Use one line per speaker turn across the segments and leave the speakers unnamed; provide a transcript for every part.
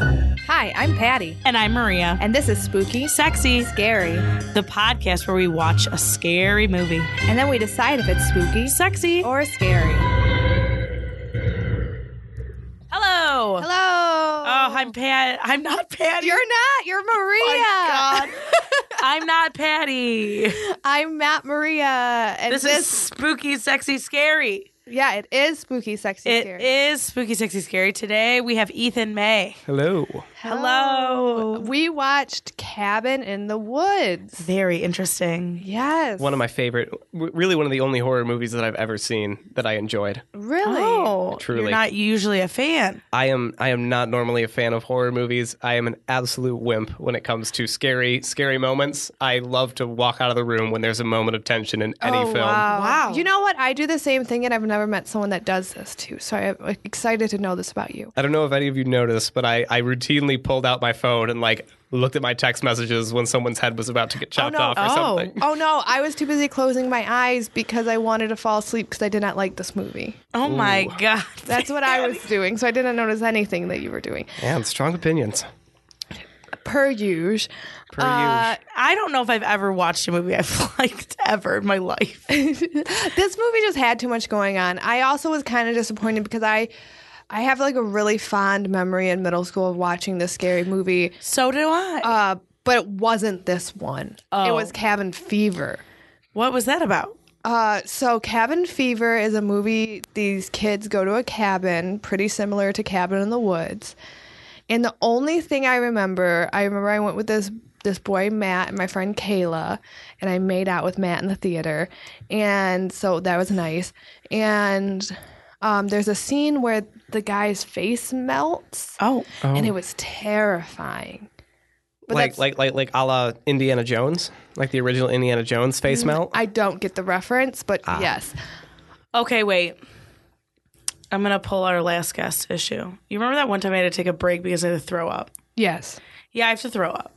Hi, I'm Patty,
And I'm Maria.
and this is spooky,
Sexy,
scary,
the podcast where we watch a scary movie.
and then we decide if it's spooky
Sexy.
or scary.
Hello.
Hello.
Oh,
Oh,
I'm Pat. I'm not Patty.
You're not. You're Maria.
My I'm not Patty.
I'm Matt Maria, and
This
this,
is spooky, sexy, scary.
yeah, it is spooky, sexy,
It
scary.
is spooky, sexy, scary. Today we have Ethan May.
Hello.
Hello.
We watched Cabin in the Woods.
Very interesting.
Yes.
One of my favorite, w- really one of the only horror movies that I've ever seen that I enjoyed.
really.
Oh, you're
Truly.
not usually a fan.
I am I am not normally a fan of horror movies. I am an absolute wimp when it comes to scary scary moments. I love to walk out of the room when there's a moment of tension in any
Oh,
film.
Wow.
You know what? I do the same thing, and I've never met someone that does this too. So I'm excited to know this about you.
I don't know if any of you noticed, but I, I routinely pulled out my phone and like looked at my text messages when someone's head was about to get chopped
no.
off or
Oh.
something.
Oh no, I was too busy closing my eyes because I wanted to fall asleep because I did not like this movie.
Oh my God.
That's what I was doing, so I didn't notice anything that you were doing.
And strong opinions.
Per usual.
Per usual.
I don't know if I've ever watched a movie I've liked ever in my life.
This movie just had too much going on. I also was kind of disappointed because I I have like a really fond memory in middle school of watching this scary movie,
So do I.
uh, but it wasn't this one. It was Cabin Fever.
what was that about?
Uh, so Cabin Fever is a movie. These kids go to a cabin, pretty similar to Cabin in the Woods. And the only thing I remember, I remember I went with this this boy Matt and my friend Kayla, and I made out with Matt in the theater, and so that was nice. And um, there's a scene where the guy's face melts,
Oh,
and it was terrifying. But
Like
that's-
like like like a la Indiana Jones, like the original Indiana Jones face melt.
I don't get the reference, but yes,
okay. Wait, I'm gonna pull our last guest issue. You remember that one time I had to take a break because I had to throw up?
yes.
Yeah, I have to throw up.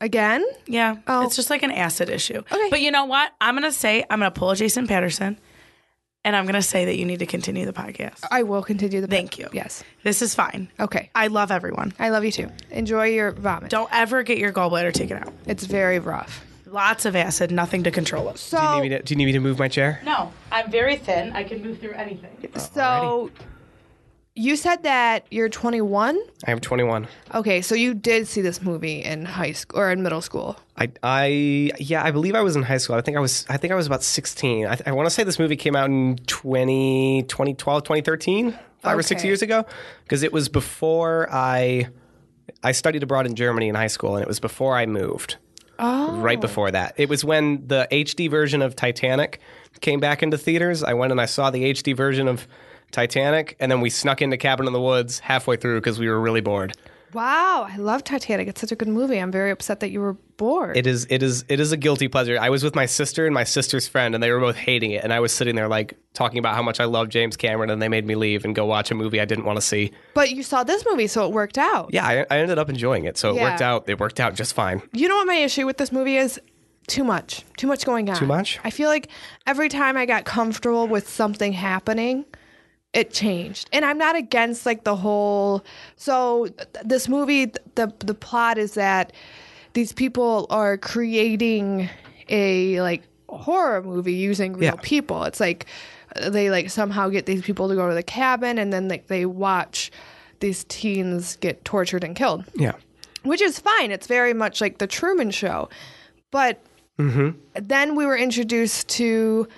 Again,
Yeah,
Oh.
it's just like an acid issue.
Okay.
but you know what? I'm gonna say I'm gonna pull a Jason Patterson, and I'm gonna say that you need to continue the podcast.
I will continue the.
Thank you.
Yes.
This is fine.
Okay.
I love everyone.
I love you too. Enjoy your vomit.
Don't ever get your gallbladder taken out.
It's very rough.
Lots of acid, nothing to control it.
So,
Do you need me to, do you need me to move my chair?
No, I'm very thin. I can move through anything.
so you said that you're 21.
I am 21.
Okay, so you did see this movie in high school or in middle school.
I, I, yeah, I believe I was in high school. I think I was, I think I was about 16. I, I want to say this movie came out in 20, 2012, 2013, five or six
Okay.
years ago, because it was before I, I studied abroad in Germany in high school, and it was before I moved. Oh. Right before that. It was when the HD version of Titanic came back into theaters. I went and I saw the HD version of Titanic, and then we snuck into Cabin in the Woods halfway through because we were really bored.
Wow, I love Titanic. It's such a good movie. I'm very upset that you were bored.
It is it is it is a guilty pleasure. I was with my sister and my sister's friend and they were both hating it and I was sitting there like talking about how much I love James Cameron and they made me leave and go watch a movie I didn't want to see.
but you saw this movie, so it worked out.
Yeah, I, I ended up enjoying it. So it
Yeah.
worked out. It worked out just fine.
You know what my issue with this movie is? Too much. Too much going on. Too
much?
I feel like every time I got comfortable with something happening, it changed. And I'm not against like the whole so th- this movie th- the the plot is that these people are creating a like horror movie using real
Yeah.
people. It's like uh, they like somehow get these people to go to the cabin and then like they watch these teens get tortured and killed
Yeah.
which is fine. It's very much like the Truman Show. But then we were introduced to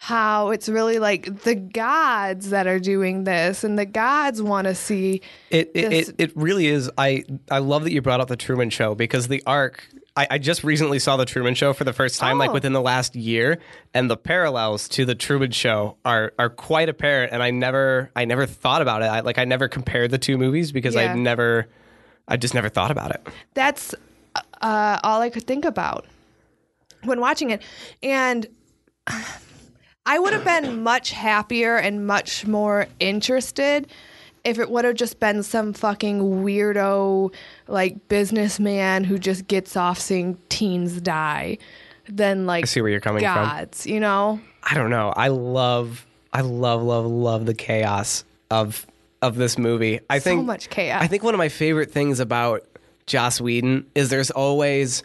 how it's really like the gods that are doing this, and the gods want to see.
It it,
This-
it it really is. I I love that you brought up the Truman Show because the arc. I, I just recently saw the Truman Show for the first time,
Oh.
like within the last year, and the parallels to the Truman Show are are quite apparent. And I never I never thought about it. I, like I never compared the two movies because
Yeah.
I never. I just never thought about it.
That's uh, all I could think about when watching it, and. I would have been much happier and much more interested if it would have just been some fucking weirdo like businessman who just gets off seeing teens die than like I
see where you're coming from.
gods, you know?
I don't know. I love, I love, love, love the chaos of of this movie. I think
much chaos.
I think one of my favorite things about Joss Whedon is there's always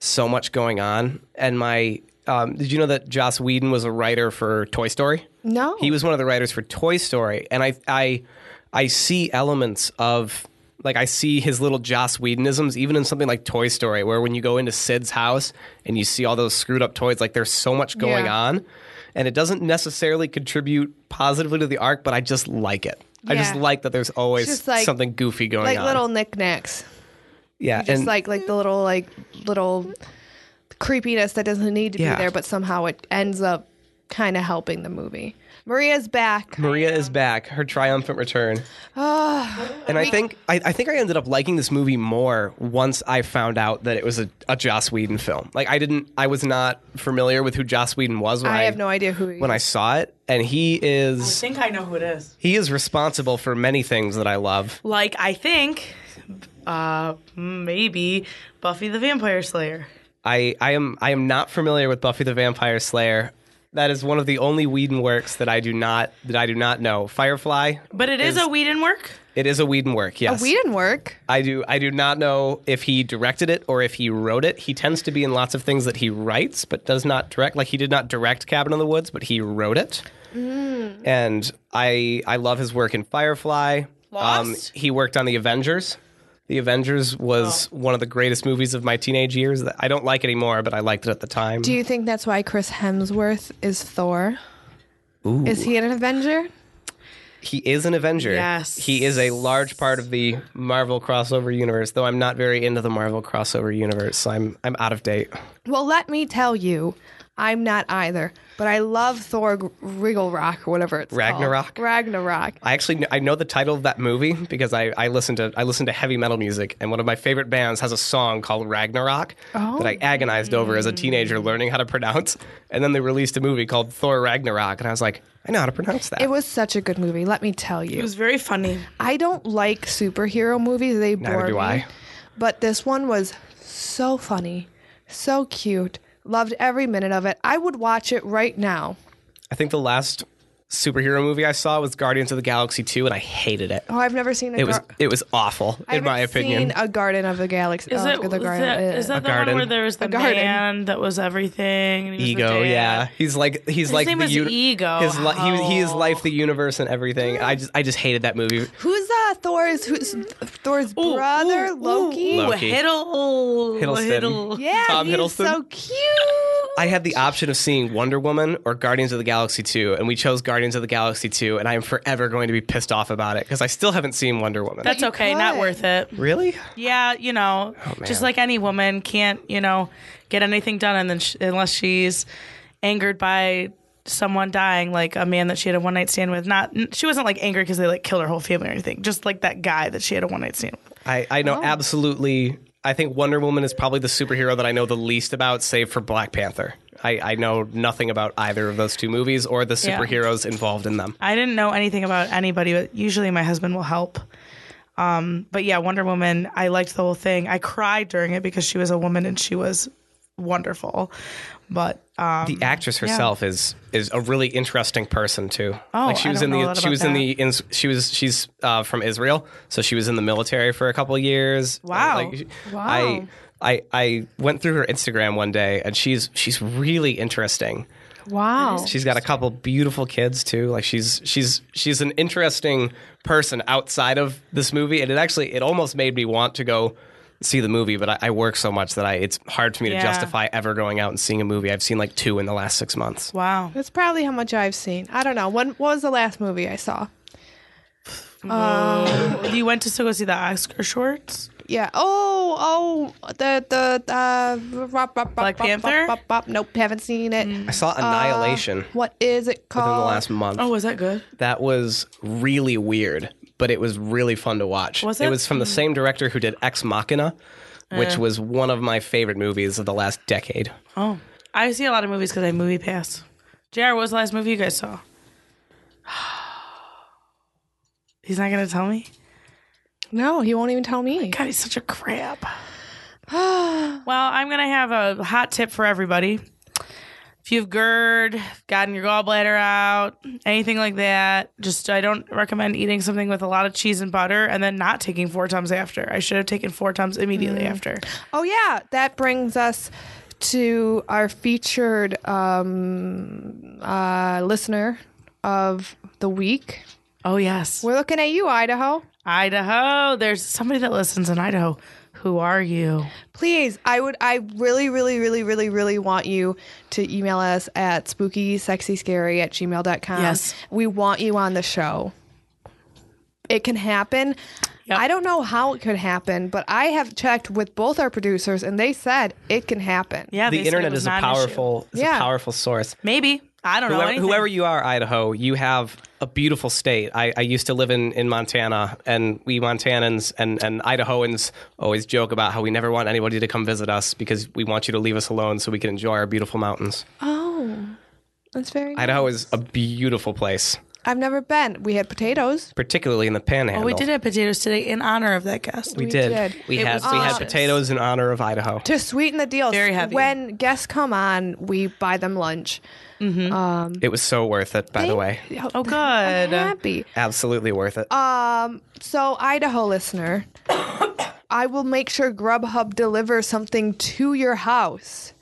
so much going on. And my, um, did you know that Joss Whedon was a writer for Toy Story?
No.
He was one of the writers for Toy Story, and I, I, I see elements of like I see his little Joss Whedonisms even in something like Toy Story, where when you go into Sid's house and you see all those screwed up toys, like there's so much going
Yeah.
on, and it doesn't necessarily contribute positively to the arc, but I just like it. I just
Yeah.
like that there's always
just like-
something goofy going
like
on.
little knickknacks.
yeah,
Just
and
like like the little like little creepiness that doesn't need to
Yeah.
be there, but somehow it ends up kind of helping the movie. Maria's back.
Maria is back, her triumphant return. and I think I, I think I ended up liking this movie more once I found out that it was a, a Joss Whedon film. Like I didn't I was not familiar with who Joss Whedon was when I,
I have no idea who he
when I
is.
saw it. And he is
think I know who it is.
he is responsible for many things that I love.
Like I think, uh, maybe Buffy the Vampire Slayer.
I, I am I am not familiar with Buffy the Vampire Slayer. That is one of the only Whedon works that I do not that I do not know. Firefly,
But it is, a Whedon work.
it is a Whedon work. Yes,
We didn't work.
I do. I do not know if he directed it or if he wrote it. He tends to be in lots of things that he writes, but does not direct. Like he did not direct Cabin in the Woods, but he wrote it. And I, I love his work in Firefly. Um,
Lost?
he worked on the Avengers. The Avengers was one of the greatest movies of my teenage years. That I don't like anymore, but I liked it at the time.
Do you think that's why Chris Hemsworth is Thor? Is he an Avenger?
he is an Avenger.
Yes.
he is a large part of the Marvel crossover universe. Though I'm not very into the Marvel crossover universe, so I'm I'm out of date.
Well, let me tell you, I'm not either. But I love Thor G- Riggle Rock or whatever it's
Ragnarok?
called. Ragnarok.
I actually kn- I know the title of that movie because I, I listen to I listen to heavy metal music and one of my favorite bands has a song called Ragnarok that I agonized over as a
Oh.
teenager learning how to pronounce and then they released a movie called Thor Ragnarok and I was like I know how to pronounce that.
It was such a good movie. Let me tell
It
you,
was very funny.
I don't like superhero movies. They bore
do
me.
I.
But this one was so funny, so cute. Loved every minute of it. I would watch it right now.
I think the last superhero movie I saw was Guardians of the Galaxy 2 and I hated it.
Oh, I've never seen a.
It was
gar-
it was awful
I
in my
haven't
opinion.
seen a Garden of the Galaxy.
Is
oh,
it,
the
is
Garden-
that, is
uh,
that the
garden.
one where there was the
A garden.
man that was everything? And he was the
Ego,
dad?
yeah, he's like he's like
name
the
was Ego.
His li- he, he is
Oh.
How-
life, the universe, and everything. I just I just hated that movie.
Who's uh, Thor's? Who's Thor's
Ooh,
brother?
ooh, ooh,
Loki.
ooh,
Loki.
Hiddle,
Hiddleston.
Hiddle.
Yeah,
Tom
he's
Hiddleston?
so cute.
I had the option of seeing Wonder Woman or Guardians of the Galaxy 2, and we chose Guardians of the Galaxy 2, and I am forever going to be pissed off about it because I still haven't seen Wonder Woman.
That's okay, not
could.
worth it.
really?
Yeah, you know, just like any woman can't, you know, get anything done and then sh- unless she's angered by someone dying, like a man that she had a one night stand with. Not n- she wasn't like angry because they like killed her whole family or anything. Just like that guy that she had a one night stand. with.
I, I know absolutely. I think Wonder Woman is probably the superhero that I know the least about, save for Black Panther. I, I know nothing about either of those two movies or the
Yeah.
superheroes involved in them.
I didn't know anything about anybody, but usually my husband will help. Um, but yeah, Wonder Woman, I liked the whole thing. I cried during it because she was a woman and she was wonderful. But um,
The actress herself is is a really interesting person too.
Oh,
like she
I
was
don't
in
know a
the
lot
she
about
was in the in, she was she's uh, from Israel, so she was in the military for a couple of years. And,
Wow.
like,
Wow.
I I I went through her Instagram one day, and she's she's really interesting.
Wow.
She's got a couple beautiful kids too. Like she's she's she's an interesting person outside of this movie, and it actually it almost made me want to go see the movie. But I, I work so much that I it's hard for me to
Yeah.
justify ever going out and seeing a movie. I've seen like two in the last six months.
wow,
That's probably how much I've seen. I don't know. When what was the last movie I saw?
you went to still go see the Oscar shorts.
Yeah. Oh, oh, the the uh, bop, bop, bop,
Black
bop,
Panther? Mm.
Bop, bop, bop. Nope, haven't seen it.
I saw Annihilation
What is it called?
within the last month.
Uh, Oh, was that good?
That was really weird, but it was really fun to watch.
Was
It
it? Hmm. Uh.
was from the same director who did Ex Machina, which was one of my favorite movies of the last decade.
Oh, I see a lot of movies because I have movie pass. JR, what was the last movie you guys saw? he's not gonna tell me.
No, he won't even tell me.
God, he's such a crab. well, I'm gonna have a hot tip for everybody. if you've GERD, gotten your gallbladder out, anything like that, just I don't recommend eating something with a lot of cheese and butter and then not taking four Tums after. I should have taken four Tums immediately after.
Oh yeah, that brings us to our featured um, uh, listener of the week.
Oh, yes.
We're looking at you, Idaho.
Idaho. There's somebody that listens in Idaho. Who are you?
Please, I would I really, really, really, really, really want you to email us at spookysexyscary at gmail.com.
Yes.
We want you on the show. It can happen.
Yep.
I don't know how it could happen, but I have checked with both our producers and they said it can happen.
Yeah, they
the
said it
internet
was
is a
not an issue.
powerful, is
Yeah.
a powerful source.
Maybe I don't know.
Whoever,
anything.
whoever you are, Idaho, you have a beautiful state. I, I used to live in, in Montana, and we Montanans and, and Idahoans always joke about how we never want anybody to come visit us because we want you to leave us alone so we can enjoy our beautiful mountains.
Oh. That's very nice.
Idaho is a beautiful place,
I've never been. We had potatoes.
particularly in the Panhandle.
Oh, we did have potatoes today in honor of that guest.
We,
We
did.
did.
We
It
had
was
we had
delicious.
potatoes in honor of Idaho.
To sweeten the deal,
Very heavy.
when guests come on, we buy them lunch.
It was so worth it, by the way.
Oh,
I'm
good.
happy.
Absolutely worth it.
Uh,
Um, so Idaho listener, I will make sure Grubhub delivers something to your house.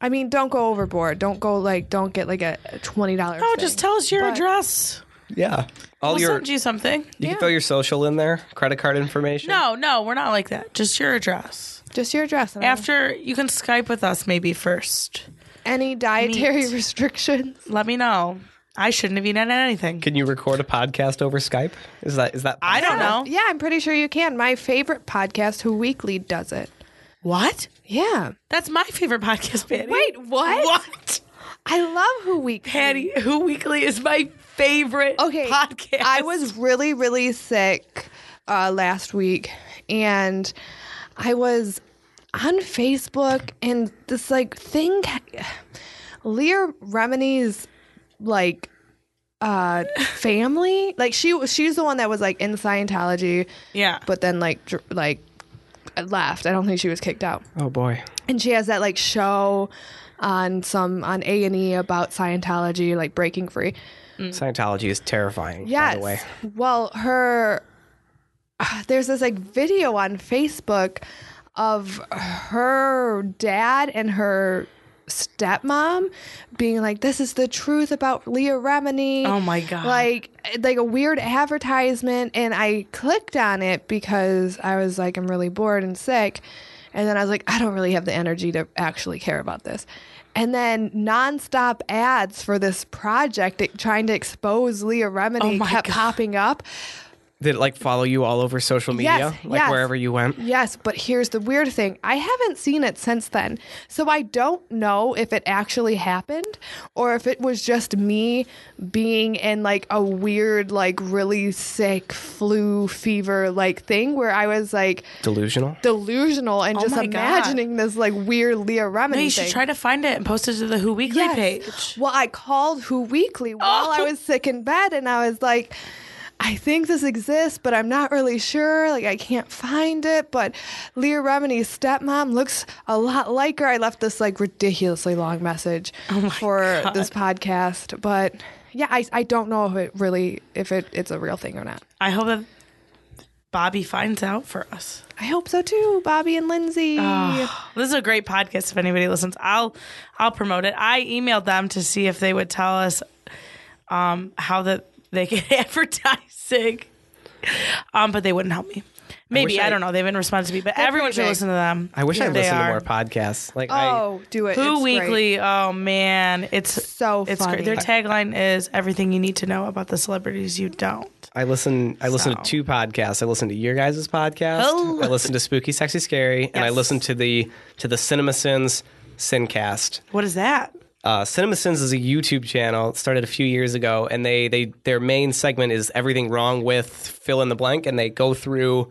I mean, don't go overboard. Don't go like, don't get like a twenty dollars.
oh, just tell us your
But-
address.
yeah. All
We'll
your
send you something.
you
yeah.
can throw your social in there, credit card information.
No, no, we're not like that. Just your address.
just your address. and
After you can Skype with us maybe first.
any dietary
meat.
restrictions.
Let me know. I shouldn't have eaten anything.
Can you record a podcast over Skype? Is that is that
I don't know.
Yeah, I'm pretty sure you can. My favorite podcast, Who Weekly, does it.
What?
Yeah,
That's my favorite podcast, Patty.
Wait, what?
What?
I love Who Weekly.
Patty, Who Weekly is my favorite
okay
podcast.
i was really really sick uh, last week and i was on facebook and this like thing lear remini's like uh family like she she's the one that was like in scientology
Yeah.
but then like dr- like left i don't think she was kicked out
Oh boy.
and she has that like show on some on a&e about scientology like breaking free
Mm.
Scientology is terrifying.
Yes.
By the way,
Well, her ah, there's this like video on Facebook of her dad and her stepmom being like, "This is the truth about Leah Remini."
Oh my God.
Like like a weird advertisement, and I clicked on it because I was like, I'm really bored and sick, and then I was like, I don't really have the energy to actually care about this. And then nonstop ads for this project it, trying to expose Leah
Oh
Remini
my
kept
God.
popping up.
did it like follow you all over social media,
Yes,
like
yes.
wherever you went?
Yes, but here's the weird thing. I haven't seen it since then. So I don't know if it actually happened or if it was just me being in like a weird, like really sick flu fever like thing where I was like
Delusional.
delusional and just
Oh my God.
imagining this like weird Leah Remini
No, you
thing.
should try to find it and post it to the Who Weekly
Yes.
page.
Well, I called Who Weekly while
Oh.
I was sick in bed, and I was like, I think this exists, but I'm not really sure. Like, I can't find it. But Leah Remini's stepmom looks a lot like her. I left this like ridiculously long message
Oh
for this podcast, but yeah, I, I don't know if it really if it, it's a real thing or not.
I hope that Bobby finds out for us.
I hope so too, Bobby and Lindsay.
This is a great podcast. If anybody listens, I'll I'll promote it. I emailed them to see if they would tell us um, how that they get advertising, um, but they wouldn't help me. Maybe
wish
I,
I-
don't know. They haven't responded to me, but everyone
pretty
should
big.
listen to them.
I wish I
They
listened to
are.
more podcasts. Like I,
oh, do it.
Who
It's great.
Weekly? Oh man, it's
So
it's
funny.
great. Their tagline is everything you need to know about the celebrities you don't.
I listen. I listen
So.
to two podcasts. I listen to your guys' podcast.
Oh.
I listen to Spooky, Sexy, Scary, and I
Yes.
listen to the to the CinemaSins Sincast.
What is that?
uh, CinemaSins is a YouTube channel. It started a few years ago, and they they their main segment is everything wrong with fill in the blank, and they go through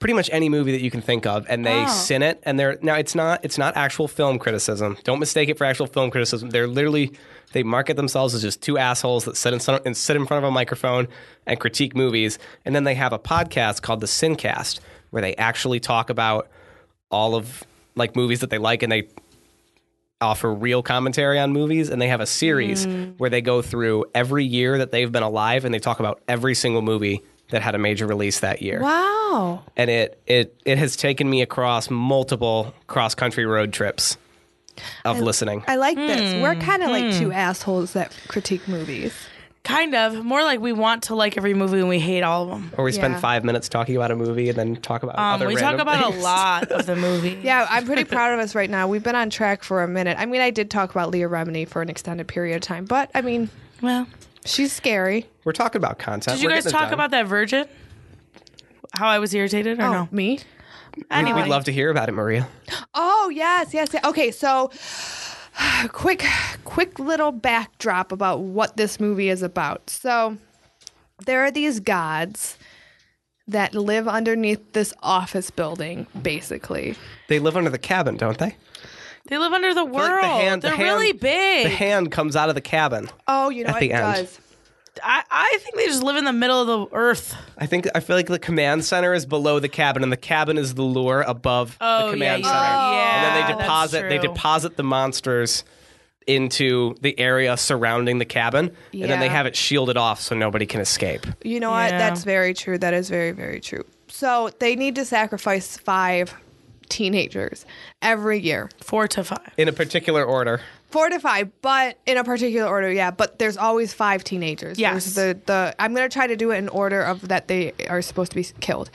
pretty much any movie that you can think of, and they sin it. And they're now it's not it's not actual film criticism. Don't mistake it for actual film criticism. They're literally they market themselves as just two assholes that sit in front and sit in front of a microphone and critique movies, and then they have a podcast called the Sincast where they actually talk about all of like movies that they like and they offer real commentary on movies and they have a series
Hmm.
where they go through every year that they've been alive and they talk about every single movie that had a major release that year.
Wow.
And it it it has taken me across multiple cross-country road trips of listening.
I like this. We're kind of like two assholes that critique movies.
Kind of. More like we want to like every movie and we hate all of them.
Or we spend
Yeah.
5 minutes talking about a movie and then talk about
Um,
other
we talk
random
about a
things.
lot of the movie.
Yeah, I'm pretty proud of us right now. We've been on track for a minute. I mean, I did talk about Leah Remini for an extended period of time, but I mean,
Well,
she's scary.
We're talking about content.
did you
We're
guys
getting it
talk
done.
about that virgin? How I was irritated or no?
Oh, me?
Anyway,
We'd love to hear about it, Maria.
Oh yes, yes. yes. Okay, so quick, quick little backdrop about what this movie is about. So there are these gods that live underneath this office building, basically.
They live under the cabin, don't they?
they live under the
Like
world. They're really big.
The hand comes out of the cabin.
Oh, you know
At
what?
the
it
end.
does.
I, I think they just live in the middle of the earth.
I think I feel like the command center is below the cabin, and the cabin is the lure above
Oh,
the command
yeah, Oh,
center.
yeah,
and then they
that's
deposit they
true.
deposit the monsters into the area surrounding the cabin, and then they
Yeah.
have it shielded off so nobody can escape.
You know what?
Yeah.
That's very true. That is very, very true. So they need to sacrifice five teenagers every year.
Four to five.
In a particular order,
Four to five, but in a particular order, yeah. But there's always five teenagers.
Yes.
There's the, the I'm gonna try to do it in order of that they are supposed to be killed.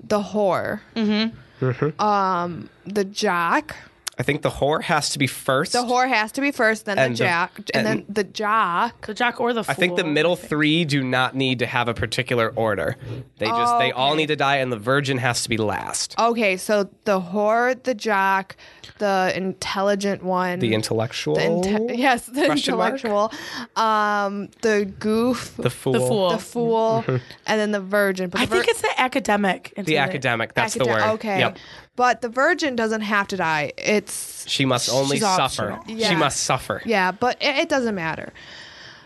The whore. Mm-hmm. Um the jock.
I think the whore has to be first.
The whore has to be first, then
And
the
the-
jack, and, then the jock.
The jock or the fool.
I think the middle three do not need to have a particular order. They just they all need to die, and the virgin has to be
Oh.
last.
Okay, so the whore, the jock, the intelligent one,
The intellectual,
the inte- yes, the
Oh. Question mark?
intellectual, um, the goof,
the fool,
The fool.
the fool, and then the virgin. But
I
the vir-
think it's the academic. into
the academic. That's the
academ-
word.
Okay,
Yep.
but the virgin doesn't have to die. It's
She must only
She's
suffer.
optional.
Yeah.
She must suffer.
yeah, but it, it doesn't matter.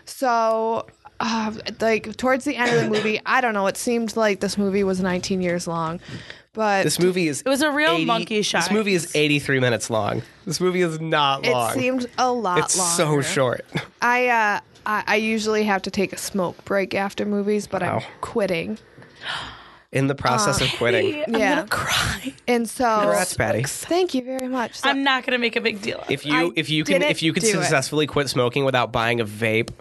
So. Uh, like towards the end of the movie, I don't know. It seemed like this movie was 19 years long, but
This movie is. It
was a real monkey
This
shine.
movie is 83 minutes long. This movie is not long.
it seemed a lot.
it's so
longer.
short.
I uh, I, I usually have to take a smoke break after movies, but
Wow.
I'm quitting.
In the process
Oh,
of quitting.
I'm
Yeah.
gonna cry.
And so,
Congrats, Patty.
thank you very much. So-
I'm not gonna make a big deal.
If you
I
if you can
didn't
if you can
do it.
successfully quit smoking without buying a vape,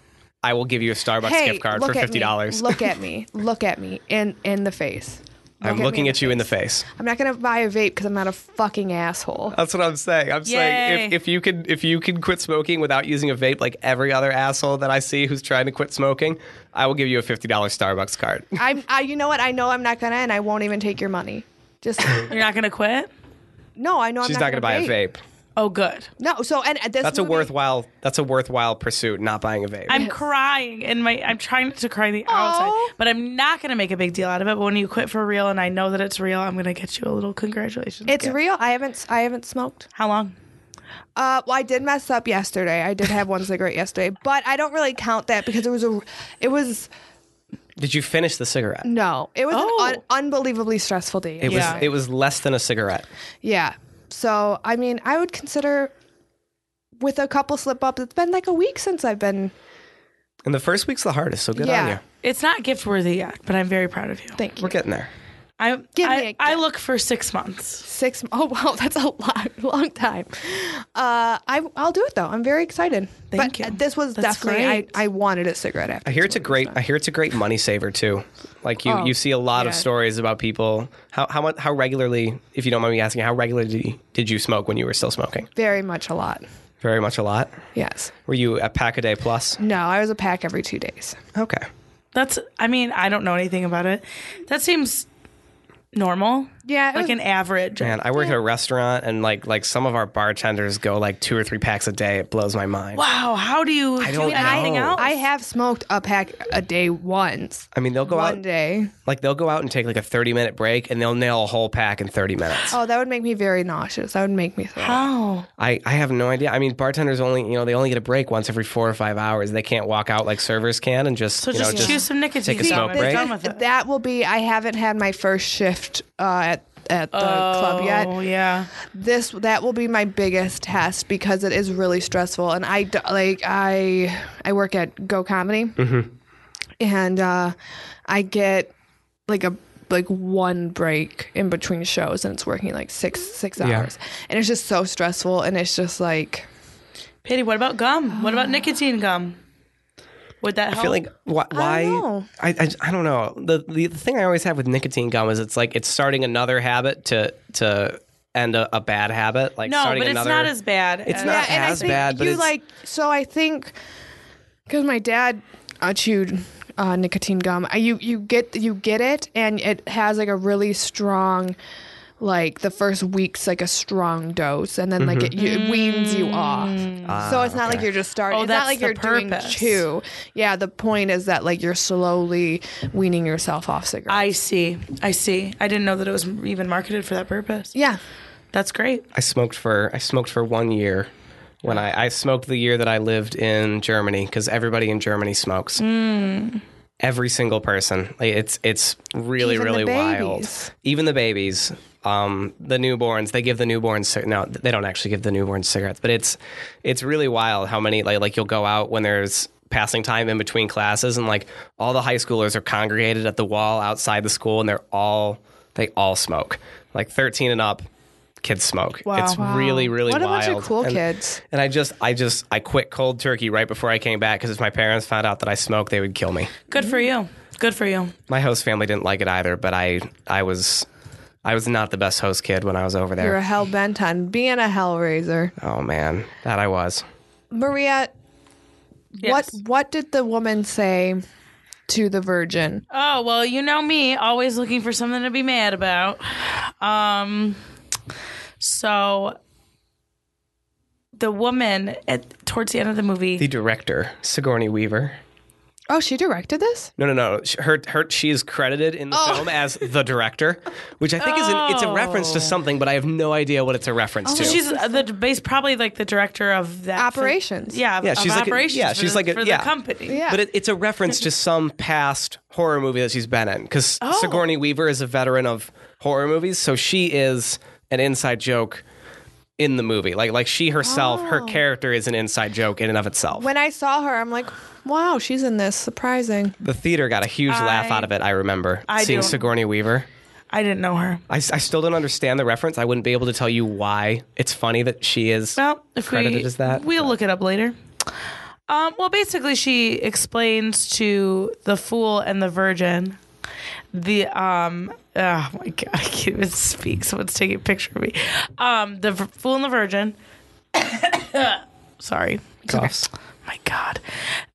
I will give you a Starbucks gift card for
look at
fifty dollars.
Me. Look at me. Look at me in in the face. Look
I'm
me
looking at you in the face.
I'm not gonna buy a vape because I'm not a fucking asshole.
That's what I'm saying. I'm saying
Yay.
if, if you can if you can quit smoking without using a vape like every other asshole that I see who's trying to quit smoking, I will give you a fifty dollars Starbucks card.
I'm. I, you know what? I know I'm not gonna, and I won't even take your money. Just
You're not gonna quit.
no. I know
She's
I'm
not,
not,
gonna buy a vape.
Oh, good.
No. So and this.
That's
movie-
a worthwhile that's a worthwhile pursuit, not buying a vape.
I'm crying and my I'm trying to cry the outside, but I'm not gonna make a big deal out of it. But when you quit for real, and I know that it's real, I'm gonna get you a little congratulations.
It's
gift.
real. I haven't. I haven't smoked.
How long?
Uh, well, I did mess up yesterday. I did have one cigarette yesterday, but I don't really count that because it was a, it was
Did you finish the cigarette?
no, it was
Oh.
an un- unbelievably stressful day.
It
Yeah.
was it was less than a cigarette.
yeah. So I mean, I would consider with a couple slip ups. It's been like a week since I've been.
And the first week's the hardest, so good on
Yeah.
you.
It's not gift worthy yet, but I'm very proud of you.
Thank
We're
you.
getting there.
I
Give me
I,
a
I
gift.
look for six months.
Six. Oh wow, that's a lot, long time. Uh, I I'll do it though. I'm very excited.
Thank
but uh,
you.
This was
That's
definitely.
great.
I I wanted a cigarette after.
I hear it's a great I hear it's a great money saver too. Like you, you see a lot of
yeah.
stories about people how how much how regularly, if you don't mind me asking, how regularly did you smoke when you were still smoking?
Very much a lot.
Very much a lot.
Yes.
Were you a pack a day plus?
No, I was a pack every two days.
Okay.
That's I mean I don't know anything about it. That seems normal.
Yeah, it
like
was-
an average.
Man, I work at a restaurant and like like some of our bartenders go like two or three packs a day. It blows my mind.
Wow, how do you do
don't
anything
know.
else?
I have smoked a pack a day once.
I mean, they'll go
One
out
day.
like they'll go out and take like a 30 minute break and they'll nail a whole pack in 30 minutes.
Oh, that would make me very nauseous. That would make me throw up.
Oh,
I, I have no idea. I mean, bartenders only, you know, they only get a break once every four or five hours. They can't walk out like servers can and just,
so
you
just
know, just
choose some nicotine.
take a
gum
smoke
and be
break.
done with it.
That will be. I haven't had my first shift uh, at at the club yet
Oh yeah.
this that will be my biggest test because it is really stressful and i d- like i i work at go comedy and uh i get like a like one break in between shows and it's working like six six
Yeah.
hours and it's just so stressful and it's just like
Pity. What about gum? What about nicotine gum? Would that help?
I feel like why? why I,
don't know.
I, I don't know. The, the the thing I always have with nicotine gum is it's like it's starting another habit to to end a, a bad habit. Like
no,
starting
but it's
another.
not as bad.
It's
as-
not-
and
as
I think
bad, but
you
it's-
like so. I think because my dad uh, chewed uh, nicotine gum. I, you you get you get it, and it has like a really strong. Like the first week's like a strong dose, and then like
Mm-hmm.
it, you, it weans you off. so it's not
Ah,
like you're just starting.
Mm. Oh,
it's
that's
not like
the
you're
purpose.
doing two. Yeah, the point is that like you're slowly weaning yourself off cigarettes.
I see. I see. I didn't know that it was even marketed for that purpose.
yeah,
That's great.
I smoked for I smoked for one year. When I, I smoked the year that I lived in Germany because everybody in Germany smokes.
Mm.
Every single person. Like, it's it's really
Even the
really wild.
babies.
Even the babies, um, the newborns. They give the newborns cig- no, they don't actually give the newborns cigarettes, but it's it's really wild how many like like you'll go out when there's passing time in between classes and like all the high schoolers are congregated at the wall outside the school and they're all they all smoke like 13 and up kids smoke
Wow.
it's really really
What a
wild
bunch of cool
and,
kids.
and i just i just i quit cold turkey right before i came back because if my parents found out that i smoked they would kill me
Good for
Mm-hmm.
you. Good for you.
my host family didn't like it either but i i was i was not the best host kid when i was over
you're
there
hell bent on being a hellraiser,
oh man that i was
Maria.
Yes.
What what did the woman say to the virgin?
Oh well, you know me, always looking for something to be mad about. Um, so the woman at towards the end of the movie,
the director sigourney weaver
Oh, she directed this?
no, no, no. Sh- Her, her, she is credited in the film as the director, which I think is an, it's a reference to something, but I have no idea what it's a reference to.
she's uh, the base, probably like the director of that
Operations.
yeah,
Yeah,
of
she's like a-
operations.
yeah,
for
she's
the-
like a-
for
yeah.
the company.
Yeah.
But it, it's a reference to some past horror movie that she's been in because
Oh.
Sigourney Weaver is a veteran of horror movies, so she is an inside joke in the movie. Like like she herself,
Oh.
her character is an inside joke in and of itself.
When I saw her, I'm like, wow, she's in this. Surprising.
the theater got a huge laugh
I-
out of it. I remember
I
seeing
don't-
Sigourney Weaver.
I didn't know her.
I, s- I still don't understand the reference. I wouldn't be able to tell you why it's funny that she is
Well, if
credited
we,
as that.
we'll look it up later. Um, well, basically, she explains to the fool and the virgin the um. Oh my god, I can't even speak. Someone's taking a picture of me. Um, the v- fool and the virgin. Sorry,
Coughs.
my god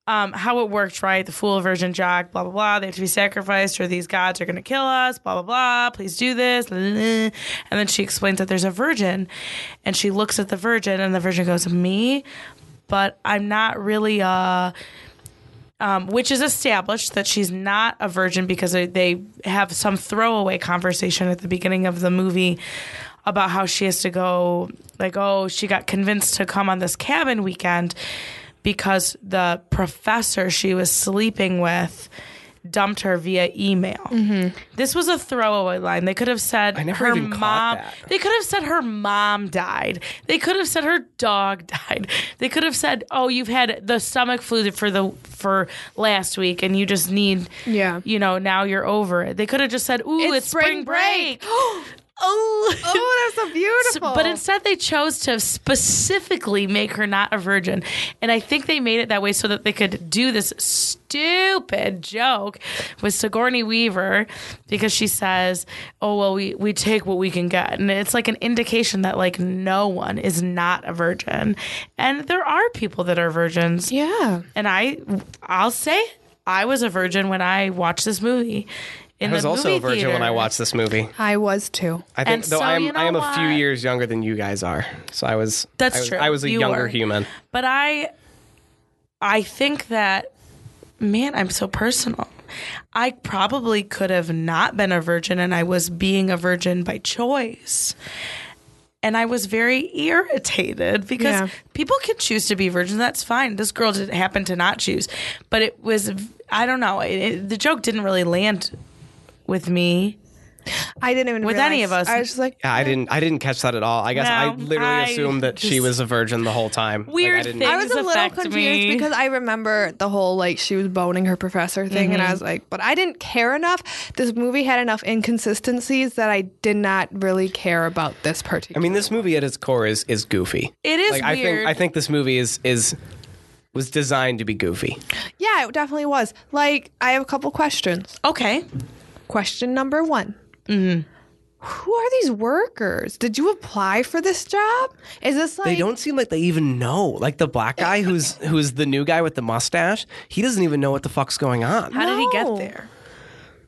um, how it worked right the fool version jock blah blah blah they have to be sacrificed or these gods are going to kill us blah blah blah please do this blah, blah, blah. and then she explains that there's a virgin and she looks at the virgin and the virgin goes me but i'm not really uh, a um, which is established that she's not a virgin because they- they have some throwaway conversation at the beginning of the movie about how she has to go, like, oh, she got convinced to come on this cabin weekend because the professor she was sleeping with dumped her via email. This was a throwaway line. They could have said
Mm-hmm. I never
her
even
mom.
caught that.
They could have said her mom died. They could have said her dog died. They could have said, "Oh, you've had the stomach flu for the for last week, and you just need,
Yeah.
you know, now you're over it." They could have just said, "Ooh, it's, spring, break." oh.
oh, that's so
So-
beautiful.
But instead, they chose to specifically make her not a virgin. And I think they made it that way so that they could do this stupid joke with Sigourney Weaver because she says, Oh, well, we, we take what we can get. And it's like an indication that, like, no one is not a virgin. And there are people that are virgins.
yeah.
And I, I'll say, it, I was a virgin when I watched this movie. In
I was
the
also
movie
a virgin when I
theater.
watched this movie.
I was too.
I think
And
though
so,
I am
you know
I am a few
what?
years younger than you guys are. So I was
That's
I was,
true.
I was a
You
younger
were.
human.
but i i think that man i'm so personal i probably could have not been a virgin and i was being a virgin by choice and i was very irritated because
Yeah.
people can choose to be virgins that's fine this girl did happen to not choose but it was i don't know it, it, the joke didn't really land with me
I didn't even
With
realize.
any of us.
I was just like,
Yeah, I didn't. I didn't catch that at all. I guess I
No,
literally
I
assumed that she
just-
was a virgin the whole time. Like, I
Weird
didn't-
thing.
I was a
things
little
affect
confused
me.
because I remember the whole like she was boning her professor thing, and I
Mm-hmm.
was like, but I didn't care enough. This movie had enough inconsistencies that I did not really care about this
I
particular.
mean, this movie at its core is is goofy.
It is weird.
like I think I think this movie is is was designed to be goofy.
yeah, it definitely was. Like, I have a couple questions.
okay.
Question number one.
Mm-hmm.
Who are these workers? Did you apply for this job? Is this like
They don't seem like they even know. Like the black guy who's who's the new guy with the mustache, he doesn't even know what the fuck's going on.
How did he get
No.
there?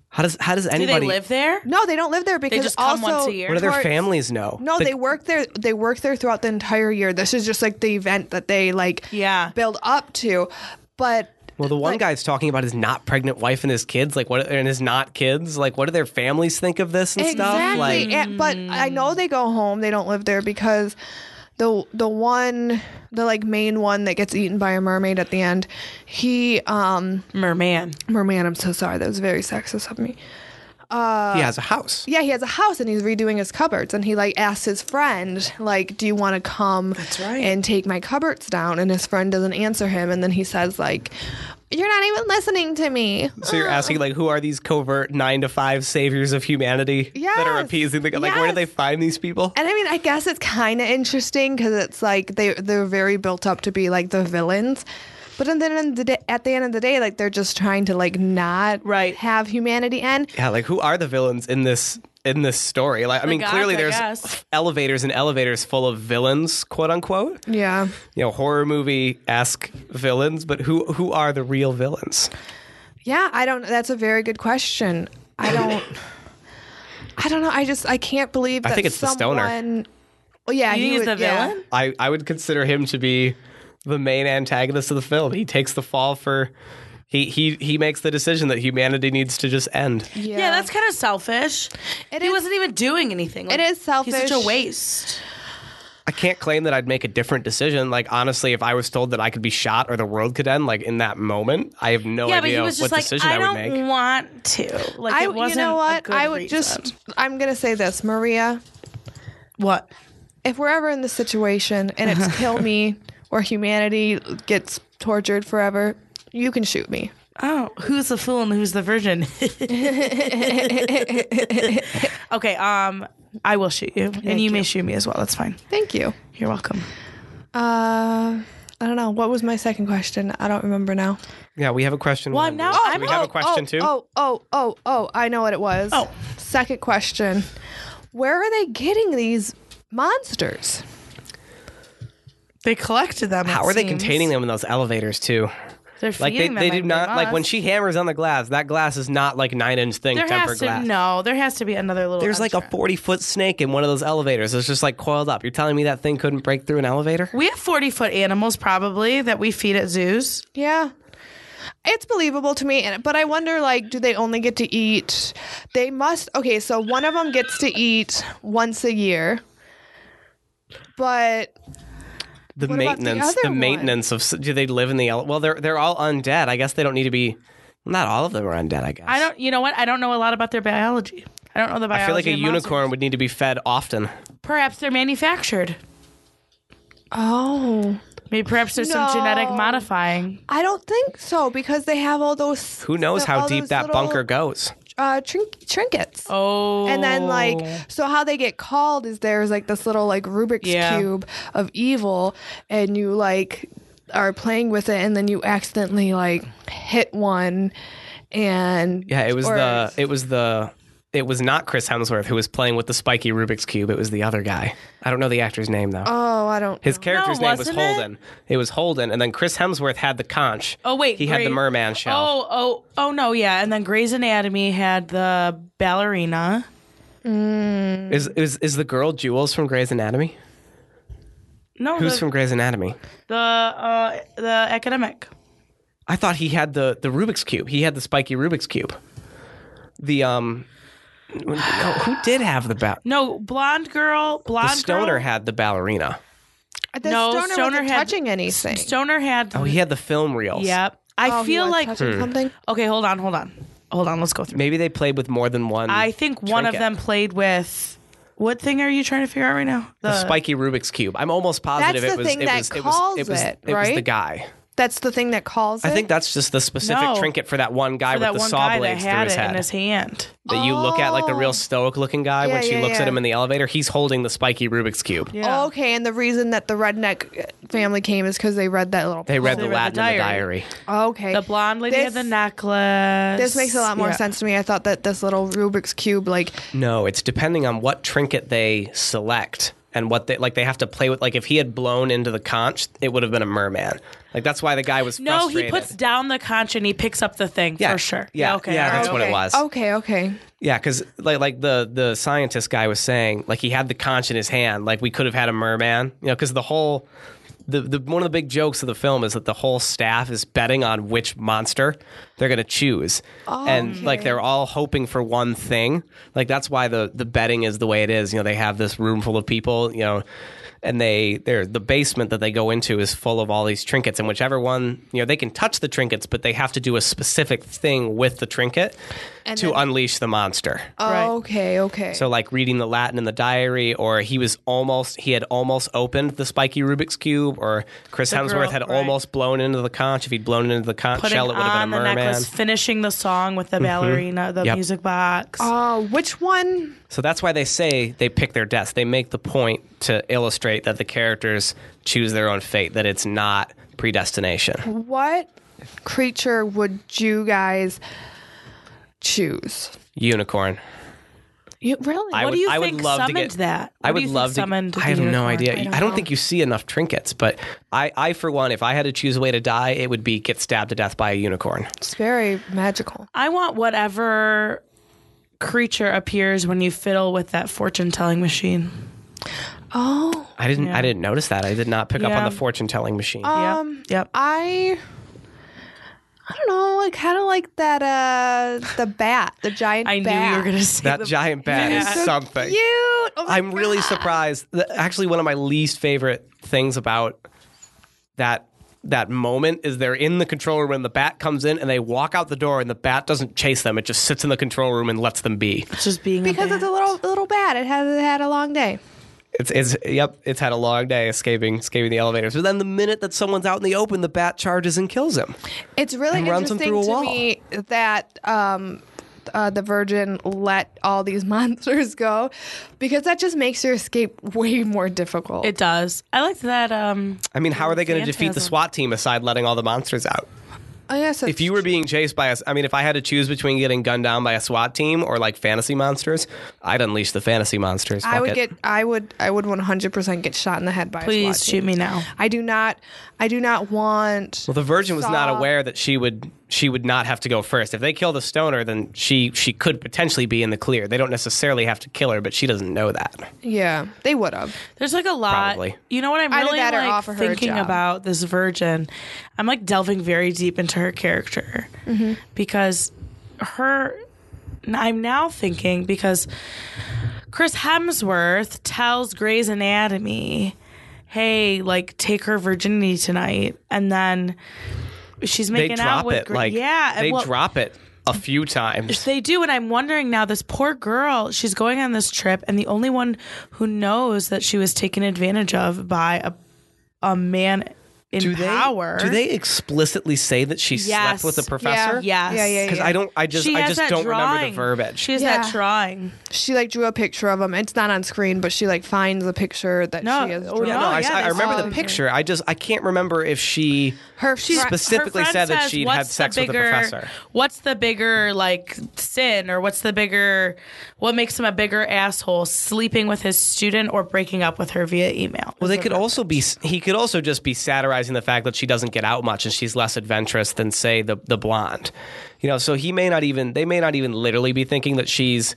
How does how does
Do
anybody
they live there?
No, they don't live there because
just come
also
once a year?
What do their
towards-
families know?
No,
The-
they work there. They work there throughout the entire year. This is just like the event that they like.
Yeah.
Build up to, but
Well, the one
like-
guy's talking about his not pregnant wife and his kids, like what, and his not kids. Like, what do their families think of this and stuff?
exactly.
Like,
and, but
Mm.
I know they go home. They don't live there because the the one the like main one that gets eaten by a mermaid at the end. He um
Merman.
merman. I'm so sorry. That was very sexist of me.
he has a house.
Yeah, he has a house and he's redoing his cupboards and he like asks his friend like, "Do you want to come That's
right.
and take my cupboards down?" And his friend doesn't answer him and then he says like, "You're not even listening to me."
So you're asking, like, who are these covert nine to five saviors of humanity that are
Yes.
appeasing the? Like, where do
Yes.
they find these people?
And I mean, I guess it's kind of interesting because it's like they they're very built up to be like the villains, but and then in the day, at the end of the day, like they're just trying to like not
Right.
have humanity end.
yeah, like, who are the villains in this? In this story, like I mean,
gods,
clearly
I
there's
guess.
elevators and elevators full of villains, quote unquote.
Yeah,
You know, horror movie esque villains, but who who are the real villains?
yeah. I don't. That's a very good question. I don't. I don't know. I just I can't believe. That
I think it's the stoner.
someone- Well, yeah,
You
he
think he's
would-
the
yeah.
villain?
I, I would consider him to be the main antagonist of the film. He takes the fall for he he he makes the decision that humanity needs to just end.
Yeah, that's kind of selfish.
It
he
is-
wasn't even doing anything. Like,
is
He's such
selfish.
a waste.
I can't claim that I'd make a different decision. Like honestly, if I was told that I could be shot or the world could end, like in that moment, I have no
yeah, but
idea
he was just
what
like,
decision
I
I, would
don't
make.
want to. Like,
I
it wasn't
you know
A
what?
good
I would
reason.
just I'm gonna say this, Maria.
what?
if we're ever in this situation and it's kill me or humanity gets tortured forever, you can shoot me.
Oh, who's the fool and who's the virgin? okay, um, I will shoot you, and you, may shoot me as well. That's fine.
Thank you.
You're welcome.
Uh, I don't know. What was my second question? I don't remember now.
Yeah, we have a question.
Well,
one.
now
Do
I'm-
we have
oh,
a question
oh,
too.
Oh, oh, oh, oh! I know what it was.
Oh.
second question: Where are they getting these monsters?
They collected them.
How
it
are they
seems.
containing them in those elevators too?
They're
Like they,
feeding them,
they do
like,
not like when
must.
she hammers on the glass. That glass is not like nine inch thick
There
tempered
has to
glass.
no. There has to be another little.
There's like a
extra.
40 foot snake in one of those elevators. It's just like coiled up. You're telling me that thing couldn't break through an elevator?
We have 40 foot animals probably that we feed at zoos.
Yeah. It's believable to me, and but I wonder, like, do they only get to eat? They must. Okay, so one of them gets to eat once a year, but
The
What about the
maintenance,
other
the,
one?
maintenance of do they live in the ele- well? They're they're all undead. I guess they don't need to be. Not all of them are undead. I guess.
I don't. You know what? I don't know a lot about their biology. I don't know the biology.
I feel like a
of monsters.
unicorn would need to be fed often.
Perhaps they're manufactured.
oh,
Maybe perhaps there's some genetic
No.
modifying.
I don't think so because they have all those.
Who knows
the-
how
all
deep
those
that
little,
bunker goes?
Uh, trink- trinkets.
Oh.
And then like so how they get called is there's like this little like Rubik's
Yeah.
cube of evil and you like are playing with it and then you accidentally like hit one and
Yeah, it was
or-
the it was the it was not Chris Hemsworth who was playing with the spiky Rubik's cube. It was the other guy. I don't know the actor's name though.
Oh, I don't
His
know.
character's
No,
name was
wasn't it?
Holden. It? was Holden, and then Chris Hemsworth had the conch.
Oh wait,
he had
Grey-
the merman shell.
Oh oh oh no, yeah. And then Grey's Anatomy had the ballerina. Oh.
Is is is the girl Jules from Grey's Anatomy?
No,
Who's
the,
from Grey's Anatomy?
the uh, the academic.
I thought he had the the Rubik's cube. He had the spiky Rubik's cube. The um, no, who did have the ba-
No, blonde girl,
the
blonde
stoner
girl.
had the ballerina.
The
no,
stoner,
Stoner
wasn't
had-
touching anything.
Stoner had.
Oh, he had the film reels.
Yep. I
Oh, he
feel
was
like
Hmm.
touching something.
Okay, hold on, hold on. Hold on, let's go through.
Maybe they played with more than one.
I think one
Trinket.
of them played with. What thing are you trying to figure out right now?
the spiky Rubik's cube. I'm almost positive
That's the
it was
thing
it
that
was,
calls
it was it
it,
was, it was the
right?
guy.
That's the thing that calls it.
I think that's just the specific
No.
trinket for that one guy
for
with
that
the
one
saw
guy that
blades through
had
his
it in
head.
his hand.
that you look at like the
Oh.
real stoic looking guy when
Yeah,
she
yeah,
looks at
yeah.
him in the elevator, he's holding the spiky Rubik's cube.
Yeah.
Oh, Okay, and the reason that the redneck family came is because they read that little.
They read the
They read the
Latin in the
diary.
diary.
Okay.
The blonde lady had
This-
the necklace.
This makes a lot more
Yeah.
sense to me. I thought that this little Rubik's cube, like,
No, it's depending on what trinket they select and what they like they have to play with like if he had blown into the conch, it would have been a merman. Like that's why the guy was
No,
frustrated.
he puts down the conch and he picks up the thing
Yeah.
for sure.
Yeah.
okay.
Yeah,
all
that's
right.
what it
okay.
was.
Okay, okay.
Yeah, because like like the the scientist guy was saying, like he had the conch in his hand, like we could have had a merman, you know, because the whole. The, the one of the big jokes of the film is that the whole staff is betting on which monster they're going to choose, and like they're all hoping for one thing. Like that's why the the betting is the way it is. You know, they have this room full of people, you know, and they they're the basement that they go into is full of all these trinkets, and whichever one you know they can touch the trinkets, but they have to do a specific thing with the trinket
And
to
then-
unleash the monster.
Right.
Okay, okay.
So like reading the Latin in the diary, or he was almost he had almost opened the spiky Rubik's cube, or Chris
The
Hemsworth
girl-
had
right.
almost blown into the conch. If he'd blown into the conch
Putting
shell, it would have
on
been a
the
merman. Mm-hmm.
necklace, finishing the song with the ballerina, the
Yep.
music box.
uh, which one?
So that's why they say they pick their deaths. They make the point to illustrate that the characters choose their own fate. That it's not predestination.
What creature would you guys choose?
Unicorn.
You really?
I
what
would,
do you
I
think
would love
summoned
to get
that?
I
What do
would
you think
love to.
summoned
I have
the
no
unicorn?
idea.
I
I
don't
don't, think you see enough trinkets, but I, I for one, if I had to choose a way to die, it would be get stabbed to death by a unicorn.
it's very magical.
I want whatever creature appears when you fiddle with that fortune telling machine.
Oh,
I didn't. I didn't notice that. I did not pick up on
Yeah. Oh,
the fortune telling machine.
um,
yep. Yep.
I. I don't know. I kind of like that. Uh, the bat, the giant.
I
bat.
knew you were going to say
that
the-
giant bat
Yeah.
is something.
Cute. Oh my
I'm really surprised. Th- Actually, one of my least favorite things about that that moment is they're in the control room and the bat comes in and they walk out the door and the bat doesn't chase them. It just sits in the control room and lets them be.
just being
because
a
it's a
bat.
little little bat. It has it had a long day.
It's, it's yep. It's had a long day escaping escaping the elevators. But then the minute that someone's out in the open, the bat charges and kills him.
It's really
And runs 'em
interesting
through a
to
wall.
me that um, uh, the Virgin let all these monsters go because that just makes your escape way more difficult.
It does. I liked that. Um,
I mean, how are they going to defeat the
Phantasm.
SWAT team aside letting all the monsters out?
I guess
if you were being chased by us, I mean, if I had to choose between getting gunned down by a SWAT team or like fantasy monsters, I'd unleash the fantasy monsters.
I
Fuck
would
it.
get, I would, I would 100% get shot in the head by. a
please
SWAT
shoot
team.
me now.
I do not, I do not want.
Well, the Virgin was not
Saw-
aware that she would she would not have to go first. If they kill the stoner, then she she could potentially be in the clear. They don't necessarily have to kill her, but she doesn't know that.
Yeah, they would have.
There's like a lot.
Probably.
You know what I'm
Either
really
that or
like
offer her a
thinking
job.
about this virgin. I'm like delving very deep into her character
Mm-hmm.
because her. I'm now thinking because Chris Hemsworth tells Grey's Anatomy, "Hey, like take her virginity tonight," and then she's
They
making out
drop
with
it
Grey-
like
yeah, and
they
well-
drop it a few times.
they do, and I'm wondering now. This poor girl, she's going on this trip, and the only one who knows that she was taken advantage of by a a man in power.
Do they explicitly say that she
Yes.
slept with a professor?
Yes.
Yeah, yeah, yeah.
Because I don't. I just.
She
I
has
just
that
don't remember
drawing.
the verbiage.
She has that
Yeah.
drawing.
She like drew a picture of him. It's not on screen, but she like finds a picture that
No,
she has.
oh,
drawn.
No,
Oh,
I,
yeah,
I
they
remember
saw
the
it.
picture. I just I can't remember if she
Her
she
friend-
specifically
Her friend
said that
says,
she'd
"What's
had
the
sex with a
bigger-
professor.
What's the bigger like sin, or what's the bigger? What makes him a bigger asshole? Sleeping with his student or breaking up with her via email?
Well, they could also be he could also just be satirizing the fact that she doesn't get out much and she's less adventurous than say the the blonde. You know, so he may not even they may not even literally be thinking that she's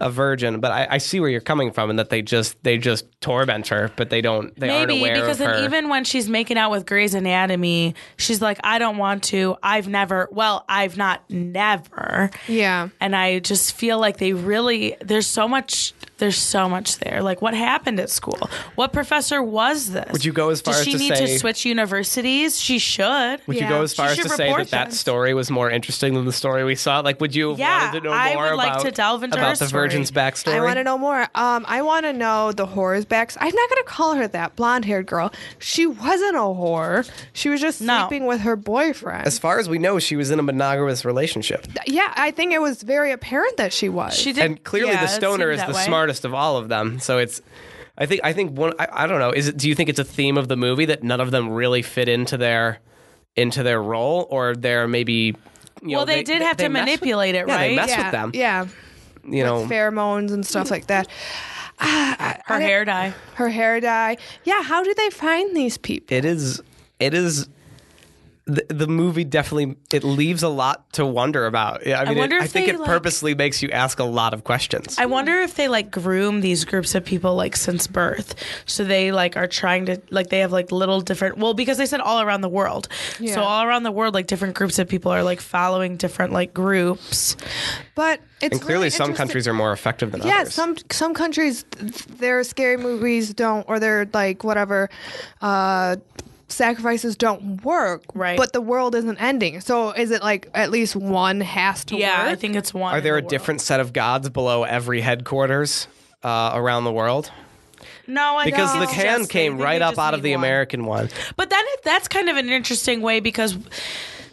a virgin, but I, I see where you're coming from and that they just they just torment her, but they don't they aren't
Maybe
aware
because
of her.
then even when she's making out with Grey's Anatomy, she's like, I don't want to. I've never. Well, I've not never.
Yeah.
And I just feel like they really. There's so much. There's so much there. Like, what happened at school? What professor was this?
Would you go as far
Does
as
she
to
need
say-
to switch universities? She should.
Would you
Yeah.
go as
She
far as
should
to say
report
that that
this.
story was more interesting than the story we saw? Like, would you have
Yeah,
wanted to know
I
more
would like
about,
to delve into her
about the
story.
virgin's backstory?
I want to know more. Um, I want to know the whore's backs. I'm not gonna call her that blonde-haired girl. She wasn't a whore. She was just
No.
sleeping with her boyfriend.
as far as we know, she was in a monogamous relationship.
yeah, I think it was very apparent that she was.
She did.
and clearly
yeah,
the
it
stoner
seemed
is
that
the
way.
smartest of all of them. So it's, I think, I think one, I, I don't know. Is it? Do you think it's a theme of the movie that none of them really fit into their, into their role, or they're maybe? You
Well,
know,
they, did have
they
to
mess with-
manipulate it,
yeah,
right?
they mess
yeah,
with them. Oh.
Yeah,
You know,
pheromones and stuff like that.
Her hair dye.
Her hair dye. Yeah, how do they find these people?
it is, it is. The, the movie definitely it leaves a lot to wonder about. Yeah, I mean, it-
wonder
I
if
think
they,
it
like-
purposely makes you ask a lot of questions.
I wonder if they like groom these groups of people like since birth. So they like are trying to like they have like little different well because they said all around the world.
Yeah.
So all around the world like different groups of people are like following different like groups.
But it's
and clearly,
really
some
interesting-
countries are more effective than
Yeah,
others.
some some countries th- their scary movies don't or their like whatever uh sacrifices don't work.
Right.
But the world isn't ending. So is it like at least one has to
Yeah,
work?
I think it's one.
Are
in
there
the
a
world.
different set of gods below every headquarters uh, around the world?
No, I
Because
think
the
it's
can
just- I
came
think
right
they
up
just
out of
need
the
one.
American one.
But then it- that's kind of an interesting way because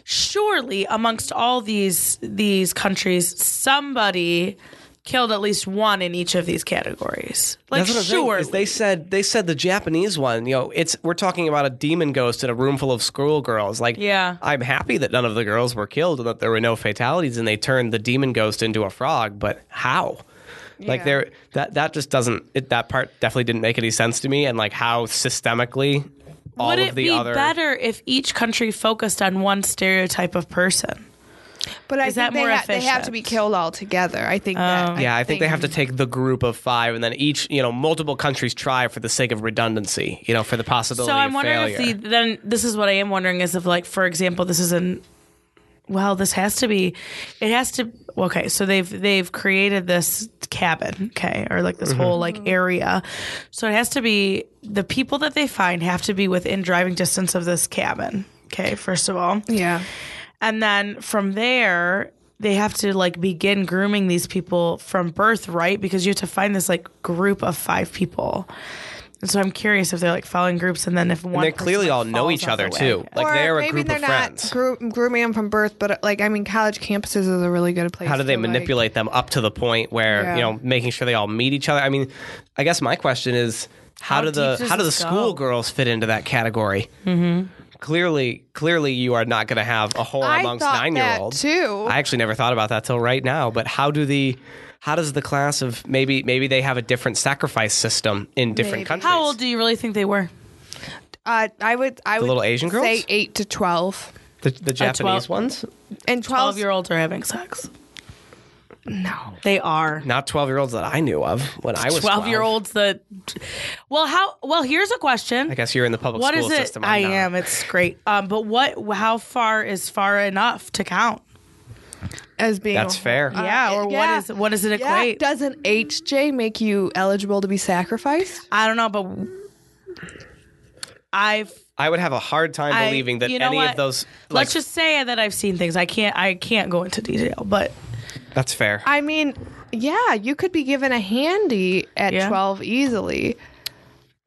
surely amongst all these these countries, somebody killed at least one in each of these categories. Like
That's what I'm saying,
sure.
is they said they said the Japanese one. You know, it's we're talking about a demon ghost in a room full of schoolgirls. Like,
Yeah.
I'm happy that none of the girls were killed and that there were no fatalities, and they turned the demon ghost into a frog. But how? Like
Yeah.
there, that that just doesn't. It, that part definitely didn't make any sense to me. And like how systemically all
Would
of
it
the
be
other
better if each country focused on one stereotype of person?
but I
Is
think
that
they,
more
ha- they have to
efficient? Oh.
be killed all together. I think that
Yeah, I think they have to take the group of five, and then each, you know, multiple countries try for the sake of redundancy, you know, for the possibility.
So I'm
of
wondering
failure.
if the then this is what I am wondering is if like for example this is an well this has to be it has to okay so they've they've created this cabin okay or like
Mm-hmm.
this whole like area so it has to be the people that they find have to be within driving distance of this cabin okay first of all
Yeah.
and then from there, they have to like begin grooming these people from birth, right? Because you have to find this like group of five people. And so I'm curious if they're like following groups, and then if one
and they
person,
clearly
like,
all know
falls
each
off the
other
wagon.
too. Like
or
they're a
maybe
group
they're
of
not
friends.
gro- grooming them from birth, but like I mean, college campuses is a really good place.
How do they
to, like-
manipulate them up to the point where
Yeah.
you know making sure they all meet each other? I mean, I guess my question is how,
How
do the
deep does
how do the
this go?
schoolgirls fit into that category? Clearly, clearly, you are not going to have a whore
I
amongst
thought that
nine year olds
too.
I actually never thought about that till right now. But how do the how does the class of maybe maybe they have a different sacrifice system in different
Maybe.
countries?
How old do you really think they were?
Uh, I would. I would
little Asian girls?
say eight to twelve.
the, the Japanese ones?
And 12
Twelve year olds are having sex.
No.
They are.
Not twelve year olds that I knew of when I was
Twelve year olds that. Well, how? Well, here's a question.
I guess you're in the public
What
school
is it?
system.
I
I'm not.
am. It's great. Um, but what? How far is far enough to count?
As being
That's
a whole-
fair.
Uh,
Yeah, or what
yeah.
is- what does it
Yeah,
equate?
Doesn't HJ make you eligible to be sacrificed?
I don't know, but I've
I would have a hard time
I-
believing that
you know
any
what?
of those. Like,
let's just say that I've seen things. I can't I can't go into detail, but
that's fair.
I mean, yeah, you could be given a handy at
Yeah.
12 easily.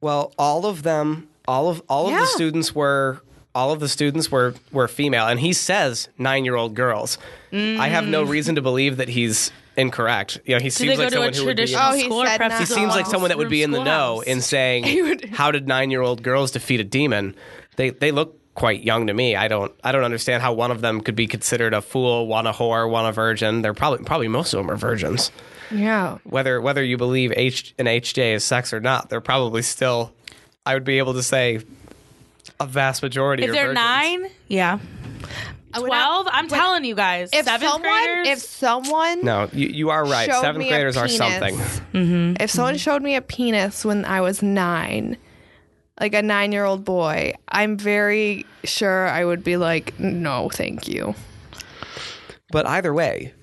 Well, all of them, all of all of
Yeah.
the students were all of the students were were female, and he says nine year old girls. I have no reason to believe that he's incorrect. You know,
do Mm. they
he seems
go
like
to a
someone who would be.
traditional
Oh, he
school or
said
perhaps
not.
he
He
He seems like someone that would be in the know in saying
would-
how did nine year old girls defeat a demon? They they look quite young to me. I don't I don't understand how one of them could be considered a fool, one a whore, one a virgin. They're probably probably most of them are virgins.
Yeah.
Whether whether you believe H an HJ is sex or not, they're probably still I would be able to say a vast majority
if
are
they're
virgins.
nine, yeah, twelve. I'm telling you guys,
If
seventh
someone,
graders.
if someone
No, you, you are right.
showed
Seventh
me
graders
a
are
penis,
something.
If someone showed me a penis when I was nine, like a nine year old boy, I'm very sure I would be like, no, thank you.
But either way,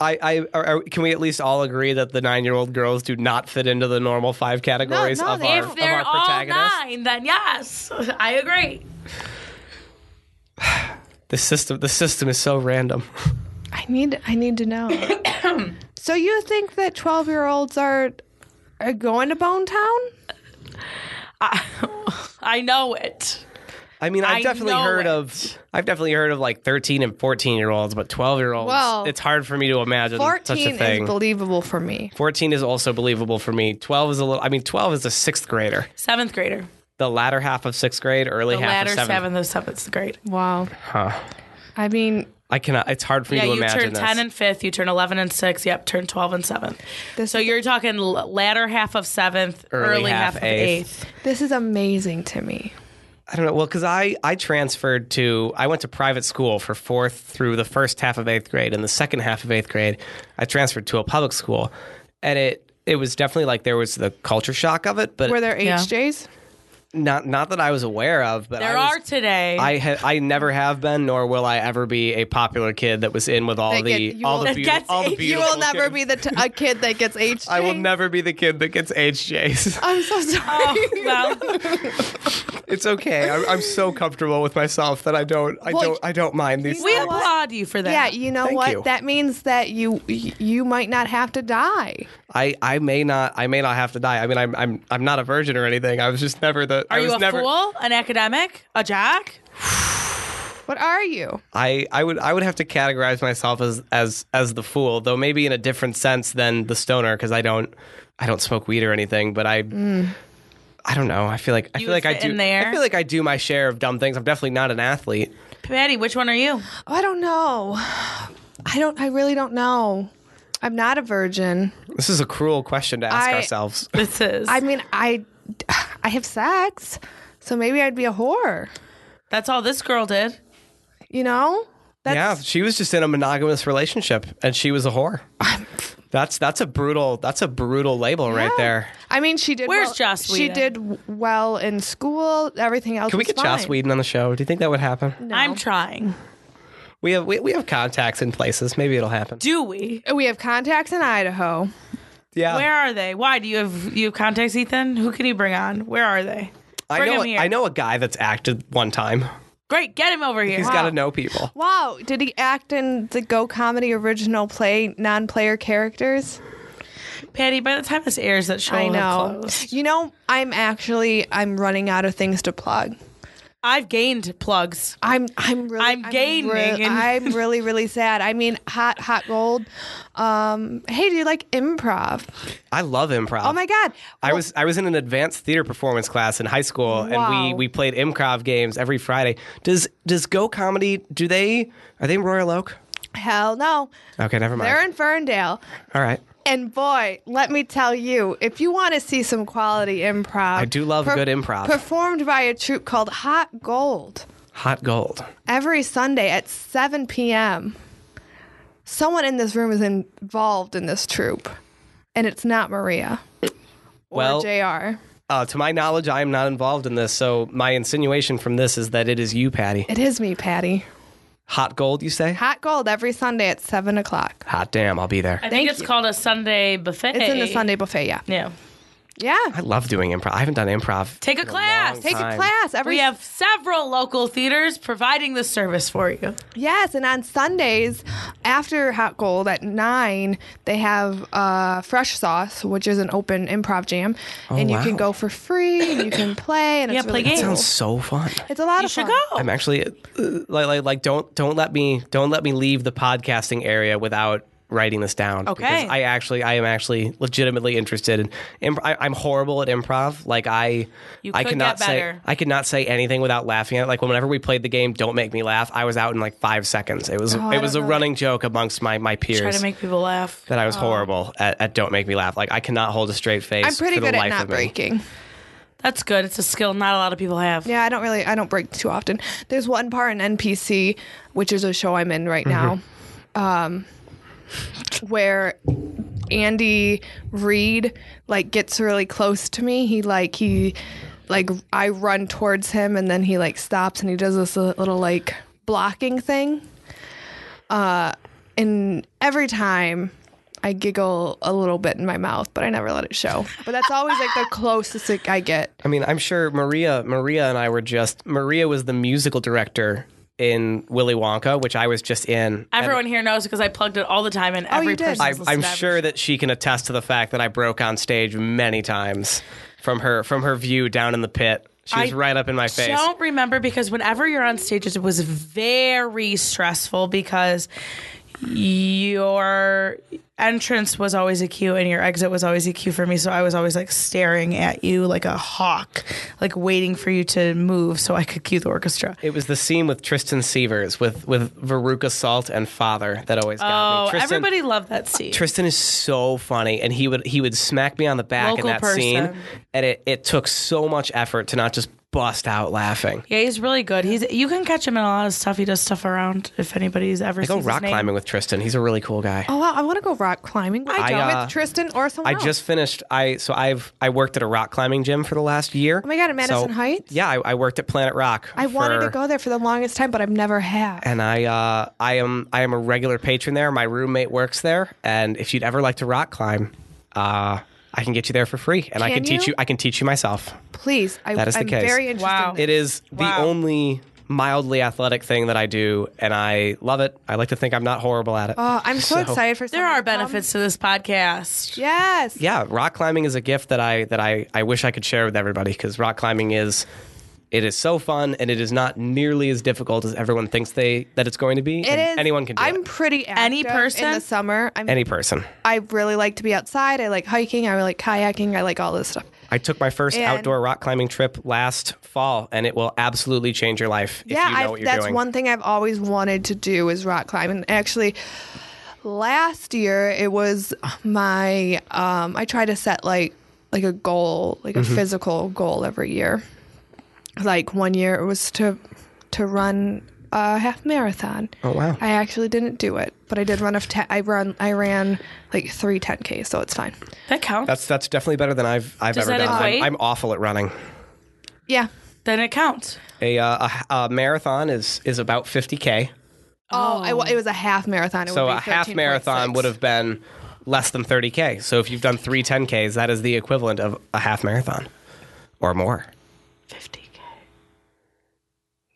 I, I are, are, can we at least all agree that the nine-year-old girls do not fit into the normal five categories
no,
of,
they-
our,
if
of
They're
our
all
protagonists?
nine, then yes, I agree.
The system, the system is so random.
I need I need to know. so you think that twelve year olds are are going to Bone Town?
I know it.
I mean, I've
I
definitely
know it.
heard of, I've definitely heard of like thirteen and fourteen-year-olds, but twelve-year-olds,
Well,
it's hard for me to imagine such a
Fourteen
thing.
is believable for me.
14 is also believable for me. 12 is a little, I mean, 12 is a sixth grader.
Seventh grader.
The latter half of sixth grade, early
The
half
latter
of seventh.
seventh of seventh grade.
Wow.
Huh.
I mean,
I cannot, it's hard for me
Yeah,
to
you
imagine
turn
this.
ten and fifth. You turn eleven and six. Yep, turn twelve and seventh.
This
so
is-
you're talking l- latter half of seventh,
Early
early,
half
half, of
eighth.
eighth.
this is amazing to me.
I don't know. Well, because I, I transferred to, I went to private school for fourth through the first half of eighth grade. And the second half of eighth grade, I transferred to a public school. And it, it was definitely like there was the culture shock of it, but
Were there
Yeah.
HJs?
not not that I was aware of. But
There
I was-
are today.
I ha- I never have been, nor will I ever be a popular kid that was in with all
That
the
get- you
all
will-
the,
that
beauti-
gets
all the
eight-
You
beautiful.
will never
kids.
be the t- a kid that gets HJs.
I will never be the kid that gets HJs.
I'm so sorry.
oh, well,
It's okay. I'm, I'm so comfortable with myself that I don't I
Well,
don't I don't mind these.
we
know what?
applaud you for
yeah,
that.
you know
Thank
what?
you.
That means that you you might not have to die.
I, I may not I may not have to die. I mean I'm I'm I'm not a virgin or anything. I was just never the
Are
I
you
was
a
never
fool? An academic? A jock?
What are you?
I, I would I would have to categorize myself as as as the fool, though maybe in a different sense than the stoner because I don't I don't smoke weed or anything, but I I don't know. I feel like I
Mm. You
feel like I
would fit
do
in there.
I feel like I do my share of dumb things. I'm definitely not an athlete.
Patty, which one are you?
Oh, I don't know. I don't. I really don't know. I'm not a virgin.
This is a cruel question to ask
I-
ourselves.
This is.
I mean, I I have sex, so maybe I'd be a whore.
That's all this girl did.
You know?
yeah, she was just in a monogamous relationship and she was a whore. that's that's a brutal that's a brutal label right
Yeah.
there.
I mean, she did.
Where's
well,
Joss
She
Whedon?
did w- well in school. Everything else.
Can we
was
get Joss
fine.
Whedon on the show? Do you think that would happen?
I'm trying.
We have we, we have contacts in places. Maybe it'll happen.
Do we?
We have contacts in Idaho.
Yeah.
Where are they? Why do you have you have contacts, Ethan? Who can you bring on? Where are they?
I
Bring
know,
him here.
I know a guy that's acted one time.
Great, get him over here.
He's got to know people.
Wow, did he act in the Go Comedy original play non-player characters?
Patty, by the time this airs, that show
I
will have
know.
closed.
You know, I'm actually I'm running out of things to plug.
I've gained plugs.
I'm I'm really
I'm gaining
re-
and-
I'm really really sad. I mean, hot hot gold. Um, hey, do you like improv?
I love improv.
Oh my god!
I was I was in an advanced theater performance class in high school, and we
Wow.
we played improv games every Friday. Does does Go Comedy? Do they are they in Royal Oak?
Oh, Hell no.
Okay, never mind.
They're in Ferndale.
All right.
And boy, let me tell you, if you want to see some quality improv, I
do love good improv.
Performed by a troupe called Hot Gold
Hot gold.
every Sunday at 7 p.m. Someone in this room is involved in this troupe, and it's not Maria or
Well-
JR.
Uh, to my knowledge, I am not involved in this, so my insinuation from this is that it is you, Patty.
It is me, Patty.
Hot gold, you say?
Hot Gold every Sunday at 7 o'clock.
Hot damn, I'll be there.
I think
Thank
it's
you.
called a Sunday buffet.
It's in the Sunday buffet, yeah.
Yeah.
Yeah.
I love doing improv. I haven't done improv.
Take a
in
class.
long
Take
time.
a class every
We have several local theaters providing the service for you.
Yes, and on Sundays after Hot Gold at nine, they have uh, Fresh Sauce, which is an open improv jam, and you
Oh, wow.
can go for free. And you can play, and
Yeah,
it's
play
really
games.
cool.
Sounds so fun.
It's a lot
You
of
should
fun.
go.
I'm actually uh, like, like like don't don't let me don't let me leave the podcasting area without writing this down.
Okay.
because I actually I am actually legitimately interested in. Imp- I, I'm horrible at improv. Like I
You
I
could
cannot
get
say
better.
I could not say anything without laughing at. it. Like whenever we played the game, don't make me laugh. I was out in like five seconds. It was
I
it was a
don't know.
running joke amongst my my peers.
Try to make Oh. people laugh.
that I was horrible at, at don't make me laugh. Like I cannot hold a straight face.
I'm pretty
for the
good at
life
not
of me.
breaking.
That's good. It's a skill not a lot of people have.
Yeah, I don't really, I don't break too often. There's one part in NPC, which is a show I'm in right now, um, where Andy Reid like gets really close to me. He like he like I run towards him, and then he like stops and he does this little like blocking thing. Uh, and every time I giggle a little bit in my mouth, but I never let it show. But that's always like the closest it- I get.
I mean, I'm sure Maria, Maria and I were just Maria was the musical director in Willy Wonka, which I was just in. And
Everyone here knows because I plugged it all the time, and every
Oh, you did.
person.
I-
I, I'm sure that she can attest to the fact that I broke on stage many times from her from her view down in the pit. She was
I
right up in my face.
don't remember because whenever you're on stage, it was very stressful because your entrance was always a cue and your exit was always a cue for me. So I was always like staring at you like a hawk, like waiting for you to move so I could cue the orchestra.
It was the scene with Tristan Sievers with with Veruca Salt and Father that always got
Oh,
me. Tristan,
everybody loved that scene.
Tristan is so funny, and he would he would smack me on the back
Local
in that
person.
scene, and it, it took so much effort to not just bust out laughing.
yeah, he's really good. He's you can catch him in a lot of stuff. He does stuff around. If anybody's ever
I go
sees his
rock
name.
climbing with Tristan. He's a really cool guy.
Oh, wow, I want to go rock climbing with,
I don't.
with
uh,
Tristan or someone
I
else.
just finished. I so I've I worked at a rock climbing gym for the last year. Oh
my God, at Madison Heights?
Yeah, I, I worked at Planet Rock.
I wanted
for-
to go there for the longest time, but I've never had.
and I uh, I am I am a regular patron there. My roommate works there, and if you'd ever like to rock climb, uh, I can get you there for free, and I
Can
can teach
you?
you. I can teach you myself.
Please, I,
That is the
I'm
case.
very interested.
Wow.
in
It is the
Wow.
only mildly athletic thing that I do, and I love it. I like to think I'm not horrible at it.
Oh, I'm so, excited for.
There
someone to
are
come.
benefits to this podcast.
Yes.
yeah, rock climbing is a gift that I that I, I wish I could share with everybody because rock climbing is it is so fun and it is not nearly as difficult as everyone thinks they that it's going to be.
It
and
is.
Anyone can do
I'm
it.
pretty active
Any
in
person?
the summer. I'm,
Any person.
I really like to be outside. I like hiking. I like kayaking. I like all this stuff.
I took my first
And-
outdoor rock climbing trip last fall, and it will absolutely change your life if you know
I've-
what you're
that's
doing.
one thing I've always wanted to do is rock climb. And actually, last year it was my um, I try to set like like a goal, like
Mm-hmm.
a physical goal every year. Like one year it was to to run a half marathon.
Oh, wow.
I actually didn't do it, but I did run a ten, I run I ran like three 10Ks, so it's fine.
That counts.
that's that's definitely better than I've I've
Does
ever
that
done.
equate?
I'm, I'm awful at running.
Yeah.
then it counts.
A, uh, a, a marathon is is about 50k.
Oh, I wa- it was a half marathon. It
So
would be
a half
13.6.
marathon would have been less than 30k. So if you've done three 10ks, that is the equivalent of a half marathon or more.
50k.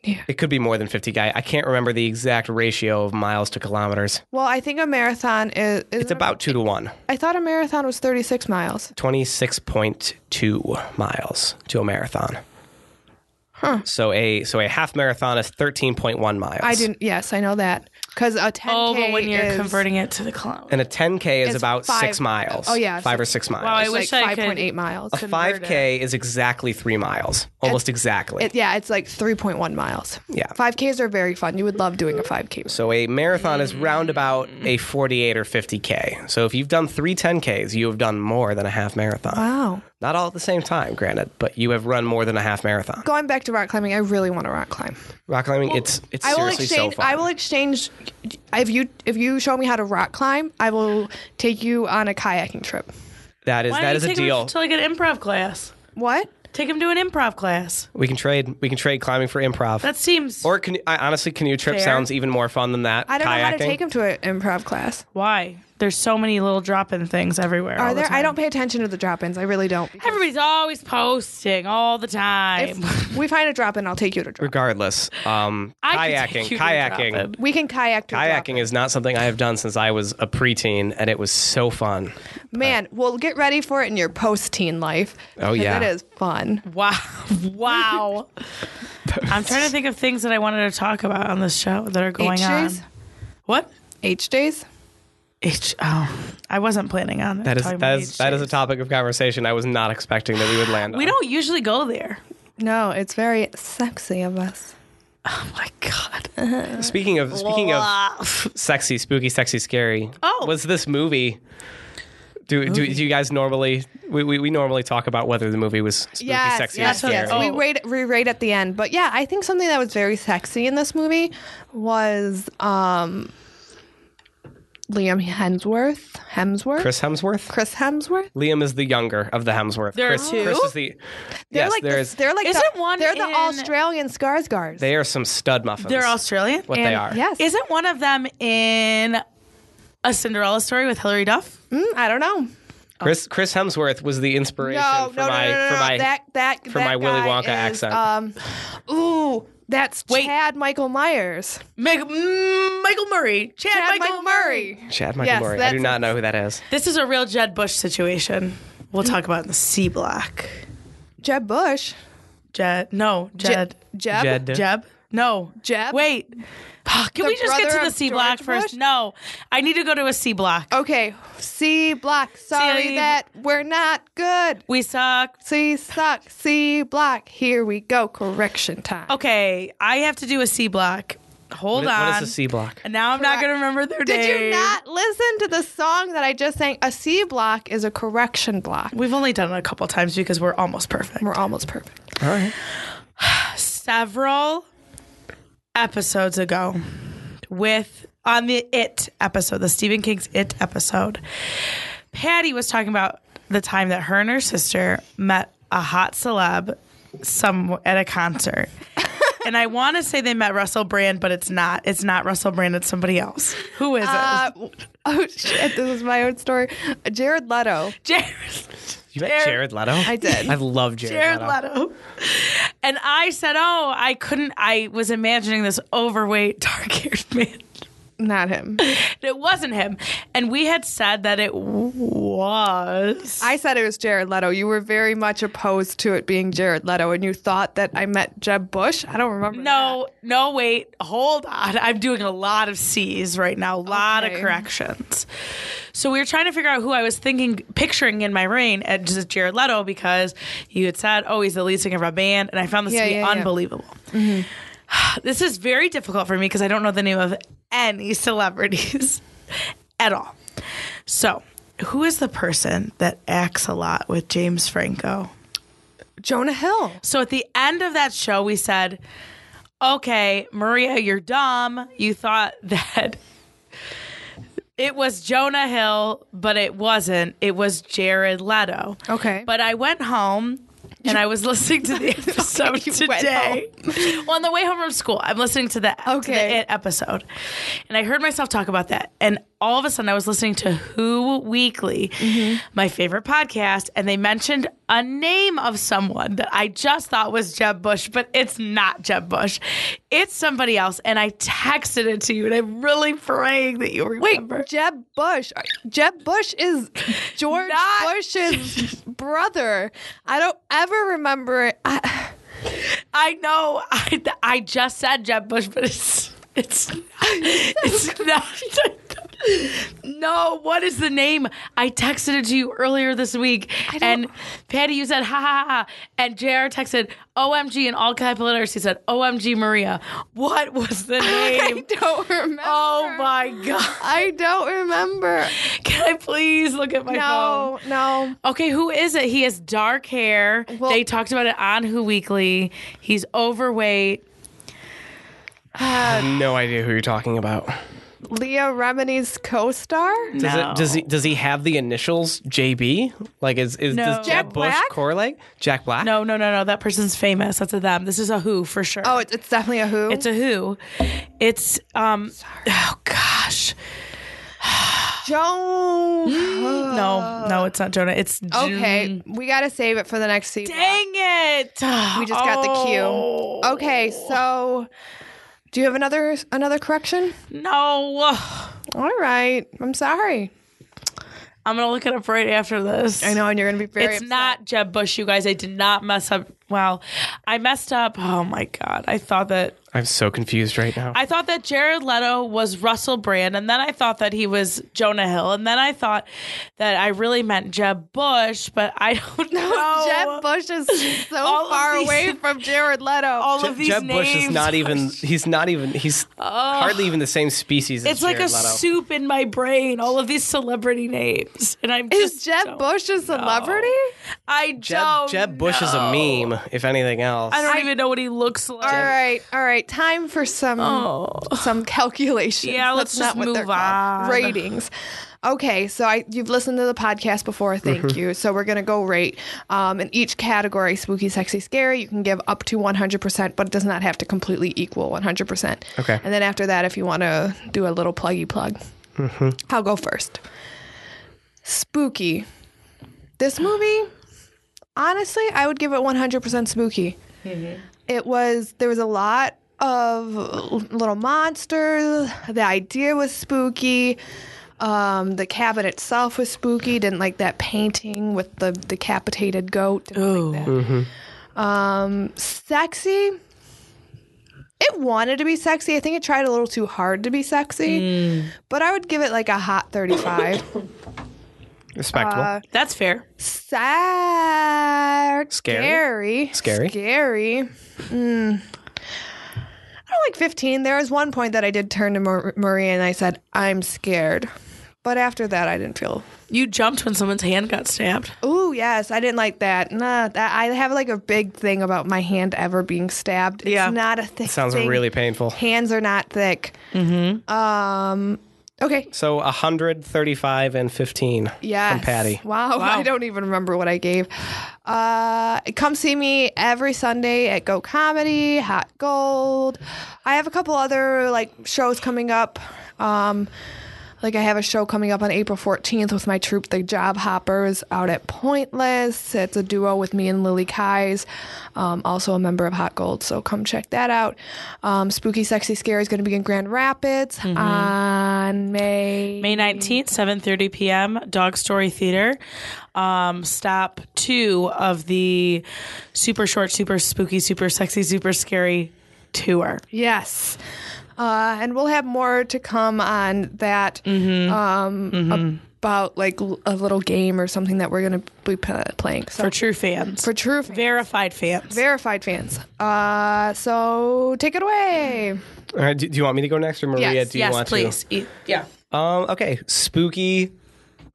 It could be more than 50k. I can't remember the exact ratio of miles to kilometers.
Well, I think a marathon is, is
It's about two to one.
I thought a marathon was 36 miles.
26.2 miles to a marathon. So a so a half marathon is 13.1 miles.
I didn't. Yes, I know that because a 10k.
Oh, but when you're
is-
converting it to the kilometer.
And a 10k is
It's
about
five-
six miles.
oh, yeah,
five
so-
or six miles.
I
it's
wish
like
I could-
5.8 miles.
a 5k is exactly three miles, almost exactly.
It- yeah, it's like 3.1 miles.
Yeah.
5Ks are very fun. You would love doing a 5K.
so a marathon is round about a 48 or 50k. So if you've done three 10ks, you have done more than a half marathon.
Wow.
Not all at the same time, granted, but you have run more than a half marathon.
Going back to rock climbing, I really want to rock climb.
Rock climbing, it's it's
I will
seriously
exchange.
so fun.
I will exchange. If you if you show me how to rock climb, I will take you on a kayaking trip.
that is
Why
that
don't
is
you
a
take
deal.
him to like an improv class?
What?
Take him to an improv class.
We can trade. We can trade climbing for improv.
That seems.
or canoe, I, honestly, canoe trip
Fair.
sounds even more fun than that.
I don't
Kayaking.
know how to take him to an improv class.
why? There's so many little drop-in things everywhere. all
Are
the
there? I
time.
don't pay attention to the drop-ins. I really don't.
Everybody's always posting all the time.
If we find a drop-in, I'll take you to a drop.
Regardless, um,
I could
kayaking,
take you to
kayaking,
drop-in.
We can kayak to a drop-in.
kayaking is not something I have done since I was a preteen, and it was so fun.
Man, well, get ready for it in your post-teen life.
Oh,
'cause
yeah.
it is fun.
Wow! Wow! I'm trying to think of things that I wanted to talk about on this show that are going
H
on.
days?
What?
H days.
H. Oh, I wasn't planning on
That is
talking
that
about
is
H
that is a
days.
topic of conversation I was not expecting that we would land.
We
on.
don't usually go there.
No, it's very sexy of us.
Oh my god!
Speaking of speaking of sexy, spooky, sexy, scary.
Oh.
was this movie? Do, do, do you guys normally we, we, we normally talk about whether the movie was spooky,
Yes,
sexy,
yes,
or scary?
yes. We
Oh.
rate, we rate at the end, but yeah, I think something that was very sexy in this movie was um, Liam Hemsworth. Hemsworth.
Chris Hemsworth.
Chris Hemsworth.
Liam is the younger of the Hemsworth.
There are
Chris,
two?
Chris is the.
They're
yes,
like
there
the,
is.
They're like
Isn't
the,
one
They're the
in-
Australian Skarsgårds.
They are some stud muffins.
They're Australian.
What they
And-
are.
Yes.
Isn't one of them in A Cinderella Story with Hilary Duff.
Mm, I don't know.
Chris Chris Hemsworth was the inspiration
No,
for
no, no,
my
no, no,
for
no.
my
that that
for
that
my Willy
guy
Wonka
is,
accent.
Um, ooh, that's
Wait.
Chad Michael Myers.
Meg- mm, Michael Murray. Chad,
Chad
Michael, Murray.
Chad Michael
Yes,
Murray. I
that's-
do not know who that is.
This is a real Jed Bush situation. We'll talk about it in the C block.
Jeb Bush.
Jed. No, Jed.
Jeb.
Jed.
Jeb? No.
Jeb?
Wait. Ah, Can
The
we just get
brother
to the
of
C
George
block first?
Bush? Oh.
No. I need to go to a C block.
Okay. C block. Sorry
See-
that we're not good.
We suck.
C suck. C block. Here we go. Correction time.
Okay, I have to do a C block. Hold
What-
on.
what is a C block?
And now I'm not
Correct.
going to remember their
Did
name.
you not listen to the song that I just sang? A C block is a correction block.
We've only done it a couple times because we're almost perfect.
We're almost perfect.
All right.
Several episodes ago, with on the It episode, the Stephen King's It episode, Patty was talking about the time that her and her sister met a hot celeb some at a concert. and I want to say they met Russell Brand, but it's not. It's not Russell Brand. It's somebody else. Who is
Uh, oh shit! This is my own story. Jared Leto.
it? Jared.
You met
Jared-
Jared Leto?
I did.
I love Jared,
Jared
Leto.
Leto. And I said, Oh, I couldn't. I was imagining this overweight, dark haired man.
Not him.
And It wasn't him. And we had said that it was.
I said it was Jared Leto. You were very much opposed to it being Jared Leto, and you thought that I met Jeb Bush. I don't remember.
No, no, wait, hold on. I'm doing a lot of C's right now, a lot
Okay.
of corrections. So we were trying to figure out who I was thinking, picturing in my brain at just Jared Leto because you had said, oh, he's the lead singer of a band. And I found this
Yeah,
to be
yeah, Mm-hmm. yeah.
unbelievable. This is very difficult for me because I don't know the name of any celebrities at all. So, who is the person that acts a lot with James Franco?
that. Jonah Hill.
So at the end of that show, we said, okay, Maria, you're dumb. You thought that it was Jonah Hill, but it wasn't. It was Jared Leto.
Okay.
But I went home. And I was listening to the episode
you went
today. Well, on the way home from school, I'm listening to the, to the
Okay.
It episode. And I heard myself talk about that. And all of a sudden, I was listening to Who Weekly, my favorite podcast. And they mentioned a name of someone that I just thought was Jeb Bush, but it's not Jeb Bush. It's somebody else. And I texted it to you. And I'm really praying that you
Wait,
remember.
Jeb Bush. Jeb Bush is George
Not-
Bush's brother. I don't ever remember it. I,
I know. I, I just said Jeb Bush, but it's it's it's not. No, what is the name? I texted it to you earlier this week,
don't-
and Patty, you said ha ha ha, and Jr texted OMG in all capital letters. He said OMG Maria. What was the
I
name?
don't remember.
oh my god!
I don't remember.
Can I please look at my phone?
No, no.
Okay, who is it? He has dark hair.
Well-
they talked about it on Who Weekly. He's overweight.
I have no idea who you're talking about.
Leah Remini's co-star.
Does
No.
it does he does he have the initials JB? Like is is
No.
does
Jack
Jeb Bush
Black?
correlate? Jack Black?
No, no, no, no. That person's famous. That's a them. This is a who for sure.
Oh, it's, it's definitely a who.
it's a who. It's um. Oh gosh.
Joan.
No, no, it's not Jonah. It's June.
Okay, we gotta save it for the next season.
Dang it! Oh,
We just got the cue. Oh. Okay, so do you have another another correction?
No,
All right, I'm sorry.
I'm gonna look it up right after this.
I know, and you're gonna be very.
It's
upset.
not Jeb Bush, you guys. I did not mess up. Wow, I messed up. Oh my god! I thought that
I'm so confused right now.
I thought that Jared Leto was Russell Brand, and then I thought that he was Jonah Hill, and then I thought that I really meant Jeb Bush, but I don't know.
Jeb Bush is so
All of
far
these-
away from Jared Leto.
All
Je-
of these
Jeb
names.
Bush is not even he's not even he's hardly even the same species as
It's like
Jared
a
Leto.
soup in my brain. All of these celebrity names, and I'm
is
just
Jeb
don't-
Bush a celebrity?
I
Jeb,
don't.
Jeb Bush is
know.
a meme, if anything else.
Oh, I don't even know what he looks like.
All right, all right. Time for some some calculations.
Yeah, let's
That's not
just
what they're
move
called.
on.
Ratings. Okay, so I you've listened to the podcast before. Thank you. So we're gonna go rate um, in each category: spooky, sexy, scary. You can give up to one hundred percent, but it does not have to completely equal one hundred percent.
Okay.
And then after that, if you want to do a little pluggy plug. I'll go first. Spooky. This movie, honestly, I would give it 100% spooky. It was, there was a lot of little monsters. The idea was spooky. Um, the cabin itself was spooky. Didn't like that painting with the decapitated goat. Didn't like that. Um, sexy. It wanted to be sexy. I think it tried a little too hard to be sexy, but I would give it like a hot 35.
Respectable.
That's fair.
Sad.
Scary?
Scary.
Scary.
Scary. Mm. I don't like 15. There was one point that I did turn to Mar- Maria and I said, I'm scared. But after that, I didn't feel.
You jumped when someone's hand got stabbed.
Ooh, yes, I didn't like that. Nah, that I have like a big thing about my hand ever being stabbed. It's
Yeah.
not a thing.
Sounds
thing.
really painful.
Hands are not thick. Mm-hmm. Um. Okay.
So 135 and 15
Yeah.
from Patty.
Wow, I don't even remember what I gave. Uh, come see me every Sunday at Go Comedy, Hot Gold. I have a couple other like shows coming up. Um, like I have a show coming up on April 14th with my troupe, the Job Hoppers, out at Pointless. It's a duo with me and Lily Kies, um, also a member of Hot Gold. So come check that out. Um, Spooky, Sexy, Scary is going to be in Grand Rapids on May.
May 19th, 7:30 p.m., Dog Story Theater. Um, stop 2 of the super short, super spooky, super sexy, super scary tour.
Yes. Uh, and we'll have more to come on that
Mm-hmm.
Um, about like l- a little game or something that we're going to be p- playing. So
For true fans.
for true fans,
verified fans.
verified fans. Uh, so take it
Mm-hmm.
away.
All right, do, do you want me to go next or Maria?
Yes,
do you want
please. E- Yeah.
to? Um, okay, spooky.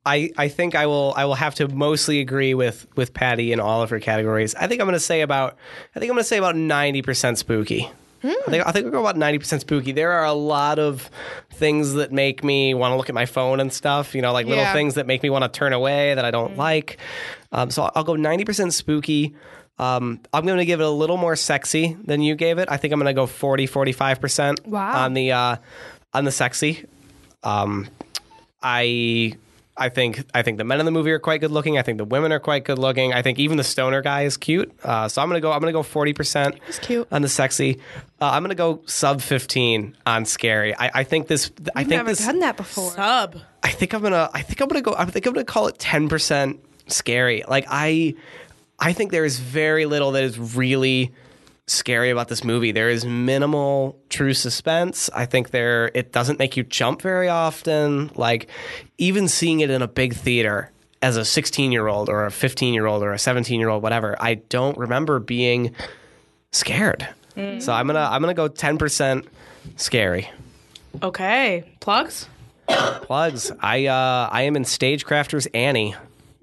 I, I think I will I will have to mostly agree with with Patty in all of her categories. I think I'm going to say about I think I'm going to say about 90% spooky. I think I think we're about 90% spooky. There are a lot of things that make me want to look at my phone and stuff, you know, like little
Yeah. Mm.
things that make me want to turn away that I don't like. Um, so I'll go 90% spooky. Um, I'm going to give it a little more sexy than you gave it. I think I'm going to go 40 45%
Wow.
on the uh, on the sexy. Um, I I think I think the men in the movie are quite good looking. I think the women are quite good looking. I think even the stoner guy is cute. Uh, so I'm gonna go. I'm gonna go forty percent. He's
cute.
on the sexy. Uh, I'm gonna go sub fifteen on scary. I, I think this. I
I've
think
never
this.
done that before.
Sub.
I think I'm gonna. I think I'm gonna go. I think I'm gonna call it ten percent scary. Like I, I think there is very little that is really scary about this movie. There is minimal true suspense. I think there. It doesn't make you jump very often. Like even seeing it in a big theater as a 16 year old or a 15 year old or a 17 year old, whatever. I don't remember being scared. So I'm gonna. I'm gonna go ten percent scary.
Okay. Plugs?
Plugs. I uh, I am in Stagecrafters Annie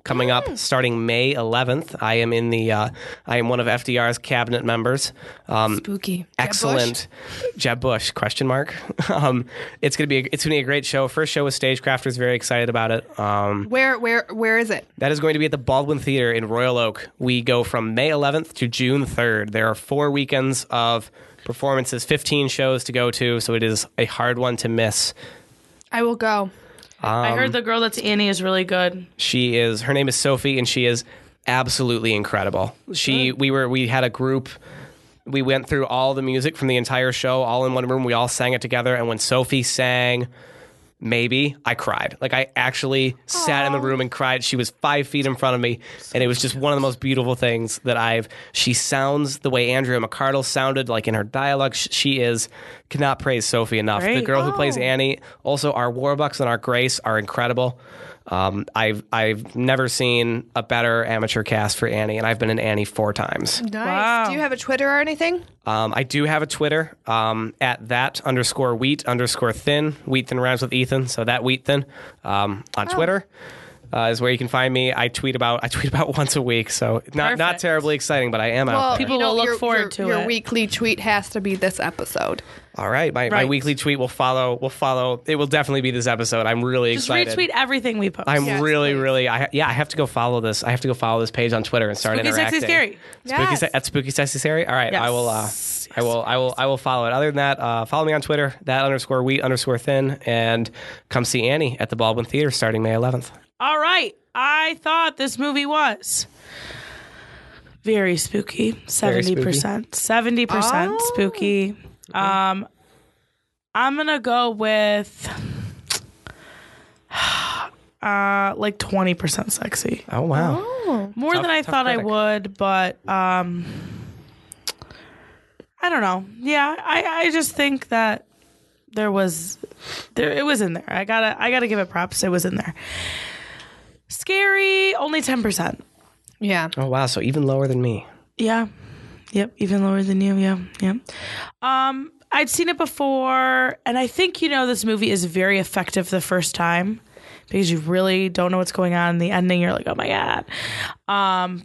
coming up starting May 11th. I am in the uh, I am one of FDR's cabinet members. Um,
Spooky.
excellent Jeb Bush question mark. um, it's gonna be a, it's gonna be a great show. First show with Stagecrafters. Very excited about it. Um,
Where where where is it?
that is going to be at the Baldwin Theater in Royal Oak. We go from May 11th to June 3rd. There are four weekends of performances, 15 shows to go to. So it is a hard one to miss.
I will go.
I
Um,
heard the girl that's Annie is really good.
She is her name is Sophie, and she is absolutely incredible. She we were we had a group. We went through all the music from the entire show, all in one room. We all sang it together, and when Sophie sang. Maybe I cried. Like I actually sat in the room and cried. She was five feet in front of me, and it was just one of the most beautiful things that I've. She sounds the way Andrea McCardle sounded, like in her dialogue. Sh- She is cannot praise Sophie enough. The
Right.
girl who plays Annie, also our Warbucks and our Grace are incredible. Um, I've I've never seen a better amateur cast for Annie, and I've been in Annie four times.
Nice.
Wow.
Do you have a Twitter or anything?
Um, I do have a Twitter um, at that underscore
Oh.
wheat underscore thin. Wheat thin rhymes with Ethan, so that wheat thin um, on Twitter. uh, is where you can find me. I tweet about I tweet about once a week, so not not
Perfect.
terribly exciting, but I am out.
Well,
there.
Oh, People
you know,
will look
your-
forward
your-
to
Your
it.
weekly tweet has to be this episode.
All right, my, my
Right.
weekly tweet will follow. Will follow. It will definitely be this episode. I'm really
Just
excited.
retweet everything we post.
I'm
Yes,
really,
please.
really. I yeah, I have to go follow this. I have to go follow this page on Twitter and start
Spooky,
interacting.
sexy, scary.
Spooky,
Yes.
se- at spooky sexy scary. All right, I
Yes.
will. Uh, I will. I will. I will follow it. Other than that, uh, follow me on Twitter. That underscore wheat underscore thin, and come see Annie at the Baldwin Theater starting May 11th.
All right. I thought this movie was very spooky. 70%.
spooky.
70% spooky. Um I'm going to go with uh like 20% sexy.
Oh wow.
More
Tough-
than I
tough
thought
critic.
I would, but um I don't know. Yeah, I I just think that there was there it was in there. I got to I got to give it props. It was in there. Scary, only 10%.
Yeah.
Oh wow. So even lower than me.
Yeah. Yep, even lower than you. Yeah. Yeah. Um I'd seen it before and I think you know this movie is very effective the first time because you really don't know what's going on in the ending you're like, "Oh my god." Um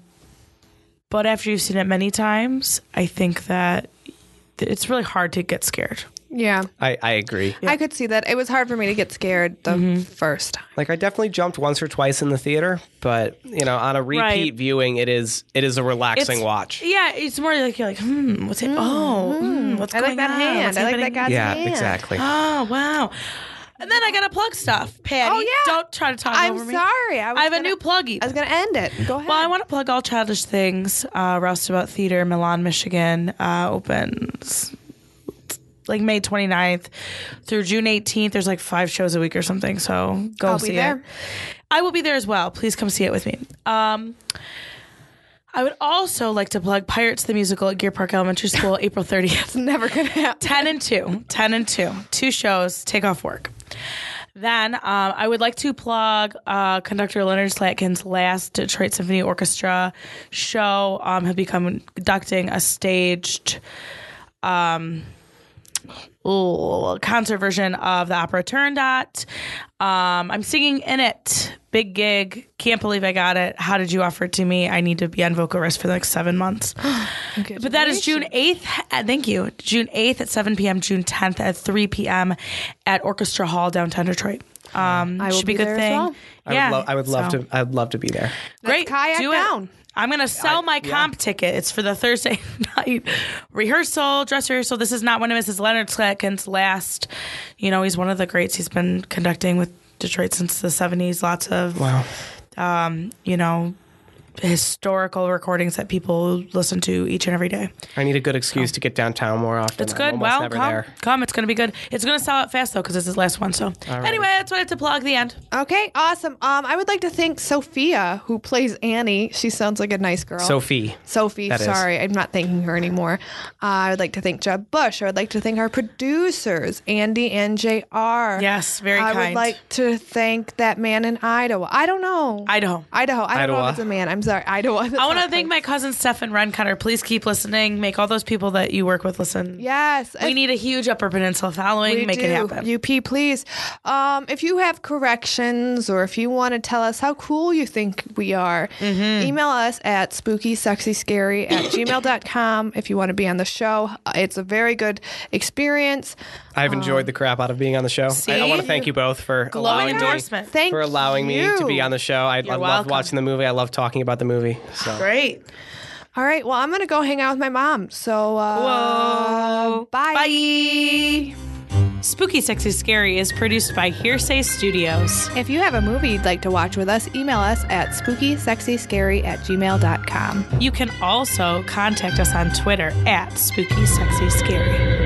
but after you've seen it many times, I think that it's really hard to get scared.
Yeah.
I, I agree.
I could see that. It was hard for me to get scared the
Mm-hmm.
first time.
Like I definitely jumped once or twice in the theater, but you know, on a repeat
Right.
viewing, it is it is a relaxing watch.
Yeah, it's more like you're like, "Hmm, what's it? Oh, hmm, what's
Mm-hmm. I like
going
that
on? What's
hand. I like that
happening?"
guy's
Yeah,
hand.
exactly.
Oh, wow. And then I got to plug stuff, Patty.
Oh, yeah.
Don't try to talk
I'm
over me.
sorry. I, was
I have a
gonna-
new pluggy.
I was going to end it. Go ahead.
Well, I want to plug all childish things. Uh, Roustabout Theater, Milan, Michigan, uh, opens like May 29th through June 18th. There's like five shows a week or something. So go
I'll be
see
there.
it. I will be there as well. Please come see it with me. Um, I would also like to plug Pirates the Musical at Gear Park Elementary School, April 30th.
It's never going to happen.
10 and 2 10 and 2 two shows take off work then um, i would like to plug uh, conductor leonard slatkin's last detroit symphony orchestra show um, he'll be coming- conducting a staged ooh, concert version of the opera Turandot. Um, I'm singing in it. Big gig. Can't believe I got it. How did you offer it to me? I need to be on vocal rest for the next seven months. but that is June 8th. Uh, thank you. June 8th at 7 p.m., June 10th at 3 p.m. at Orchestra Hall, downtown Detroit. Um,
I will
should be,
be
a good
there as
thing.
well.
I
Yeah,
would, lo- I would love
so.
to. I'd love to be there.
Great.
kayak
do
down.
It. I'm going to sell my comp ticket. It's for the Thursday night rehearsal, dress rehearsal. This is not one of Mrs. Leonard Slatkin's last. You know, he's one of the greats. He's been conducting with Detroit since the 70s. Lots of,
Wow.
um, you know, historical recordings that people listen to each and every day.
I need a good excuse to get downtown more often.
It's
I'm
Oh. good.
almost
Well,
never
come.
there.
Come. It's going to be good. It's going to sell out fast, though, because it's his last one. So, anyway, that's what I have to plug. The end.
Okay, awesome. Um, I would like to thank Sophia, who plays Annie. She sounds like a nice girl.
Sophie.
Sophie,
That is.
sorry, I'm not thanking her anymore. Uh, I would like to thank Jeb Bush. I would like to thank our producers, Andy and JR.
Yes, very
I
kind.
would like to thank that man in Idaho. I don't know.
Idaho.
Idaho. I don't know
Idaho.
if it's a man. I'm sorry. Idaho.
I want to thank my cousin Stefan Rencutter. Please keep listening. Make all those people that you work with listen.
Yes.
We need a huge Upper Peninsula following.
We
Make it happen.
UP, please. Um, if you have corrections or if you want to tell us how cool you think we are,
Mm-hmm.
email us at spookysexyscary at gmail.com if you want to be on the show. Uh, It's a very good experience.
I've enjoyed the crap out of being on the show. I, I want to
see?
thank you both for
Oh. Glowing
allowing
endorsement.
Thank
me for allowing me to
you.
be on the show. I, I love
welcome.
watching the movie. I love talking about the movie. So
Great.
All right. Well, I'm going to go hang out with my mom. So, uh,
Whoa.
bye.
Bye. Spooky, Sexy, Scary is produced by Hearsay Studios.
If you have a movie you'd like to watch with us, email us at spookysexyscary at gmail.com.
You can also contact us on Twitter at Spooky, Sexy, Scary.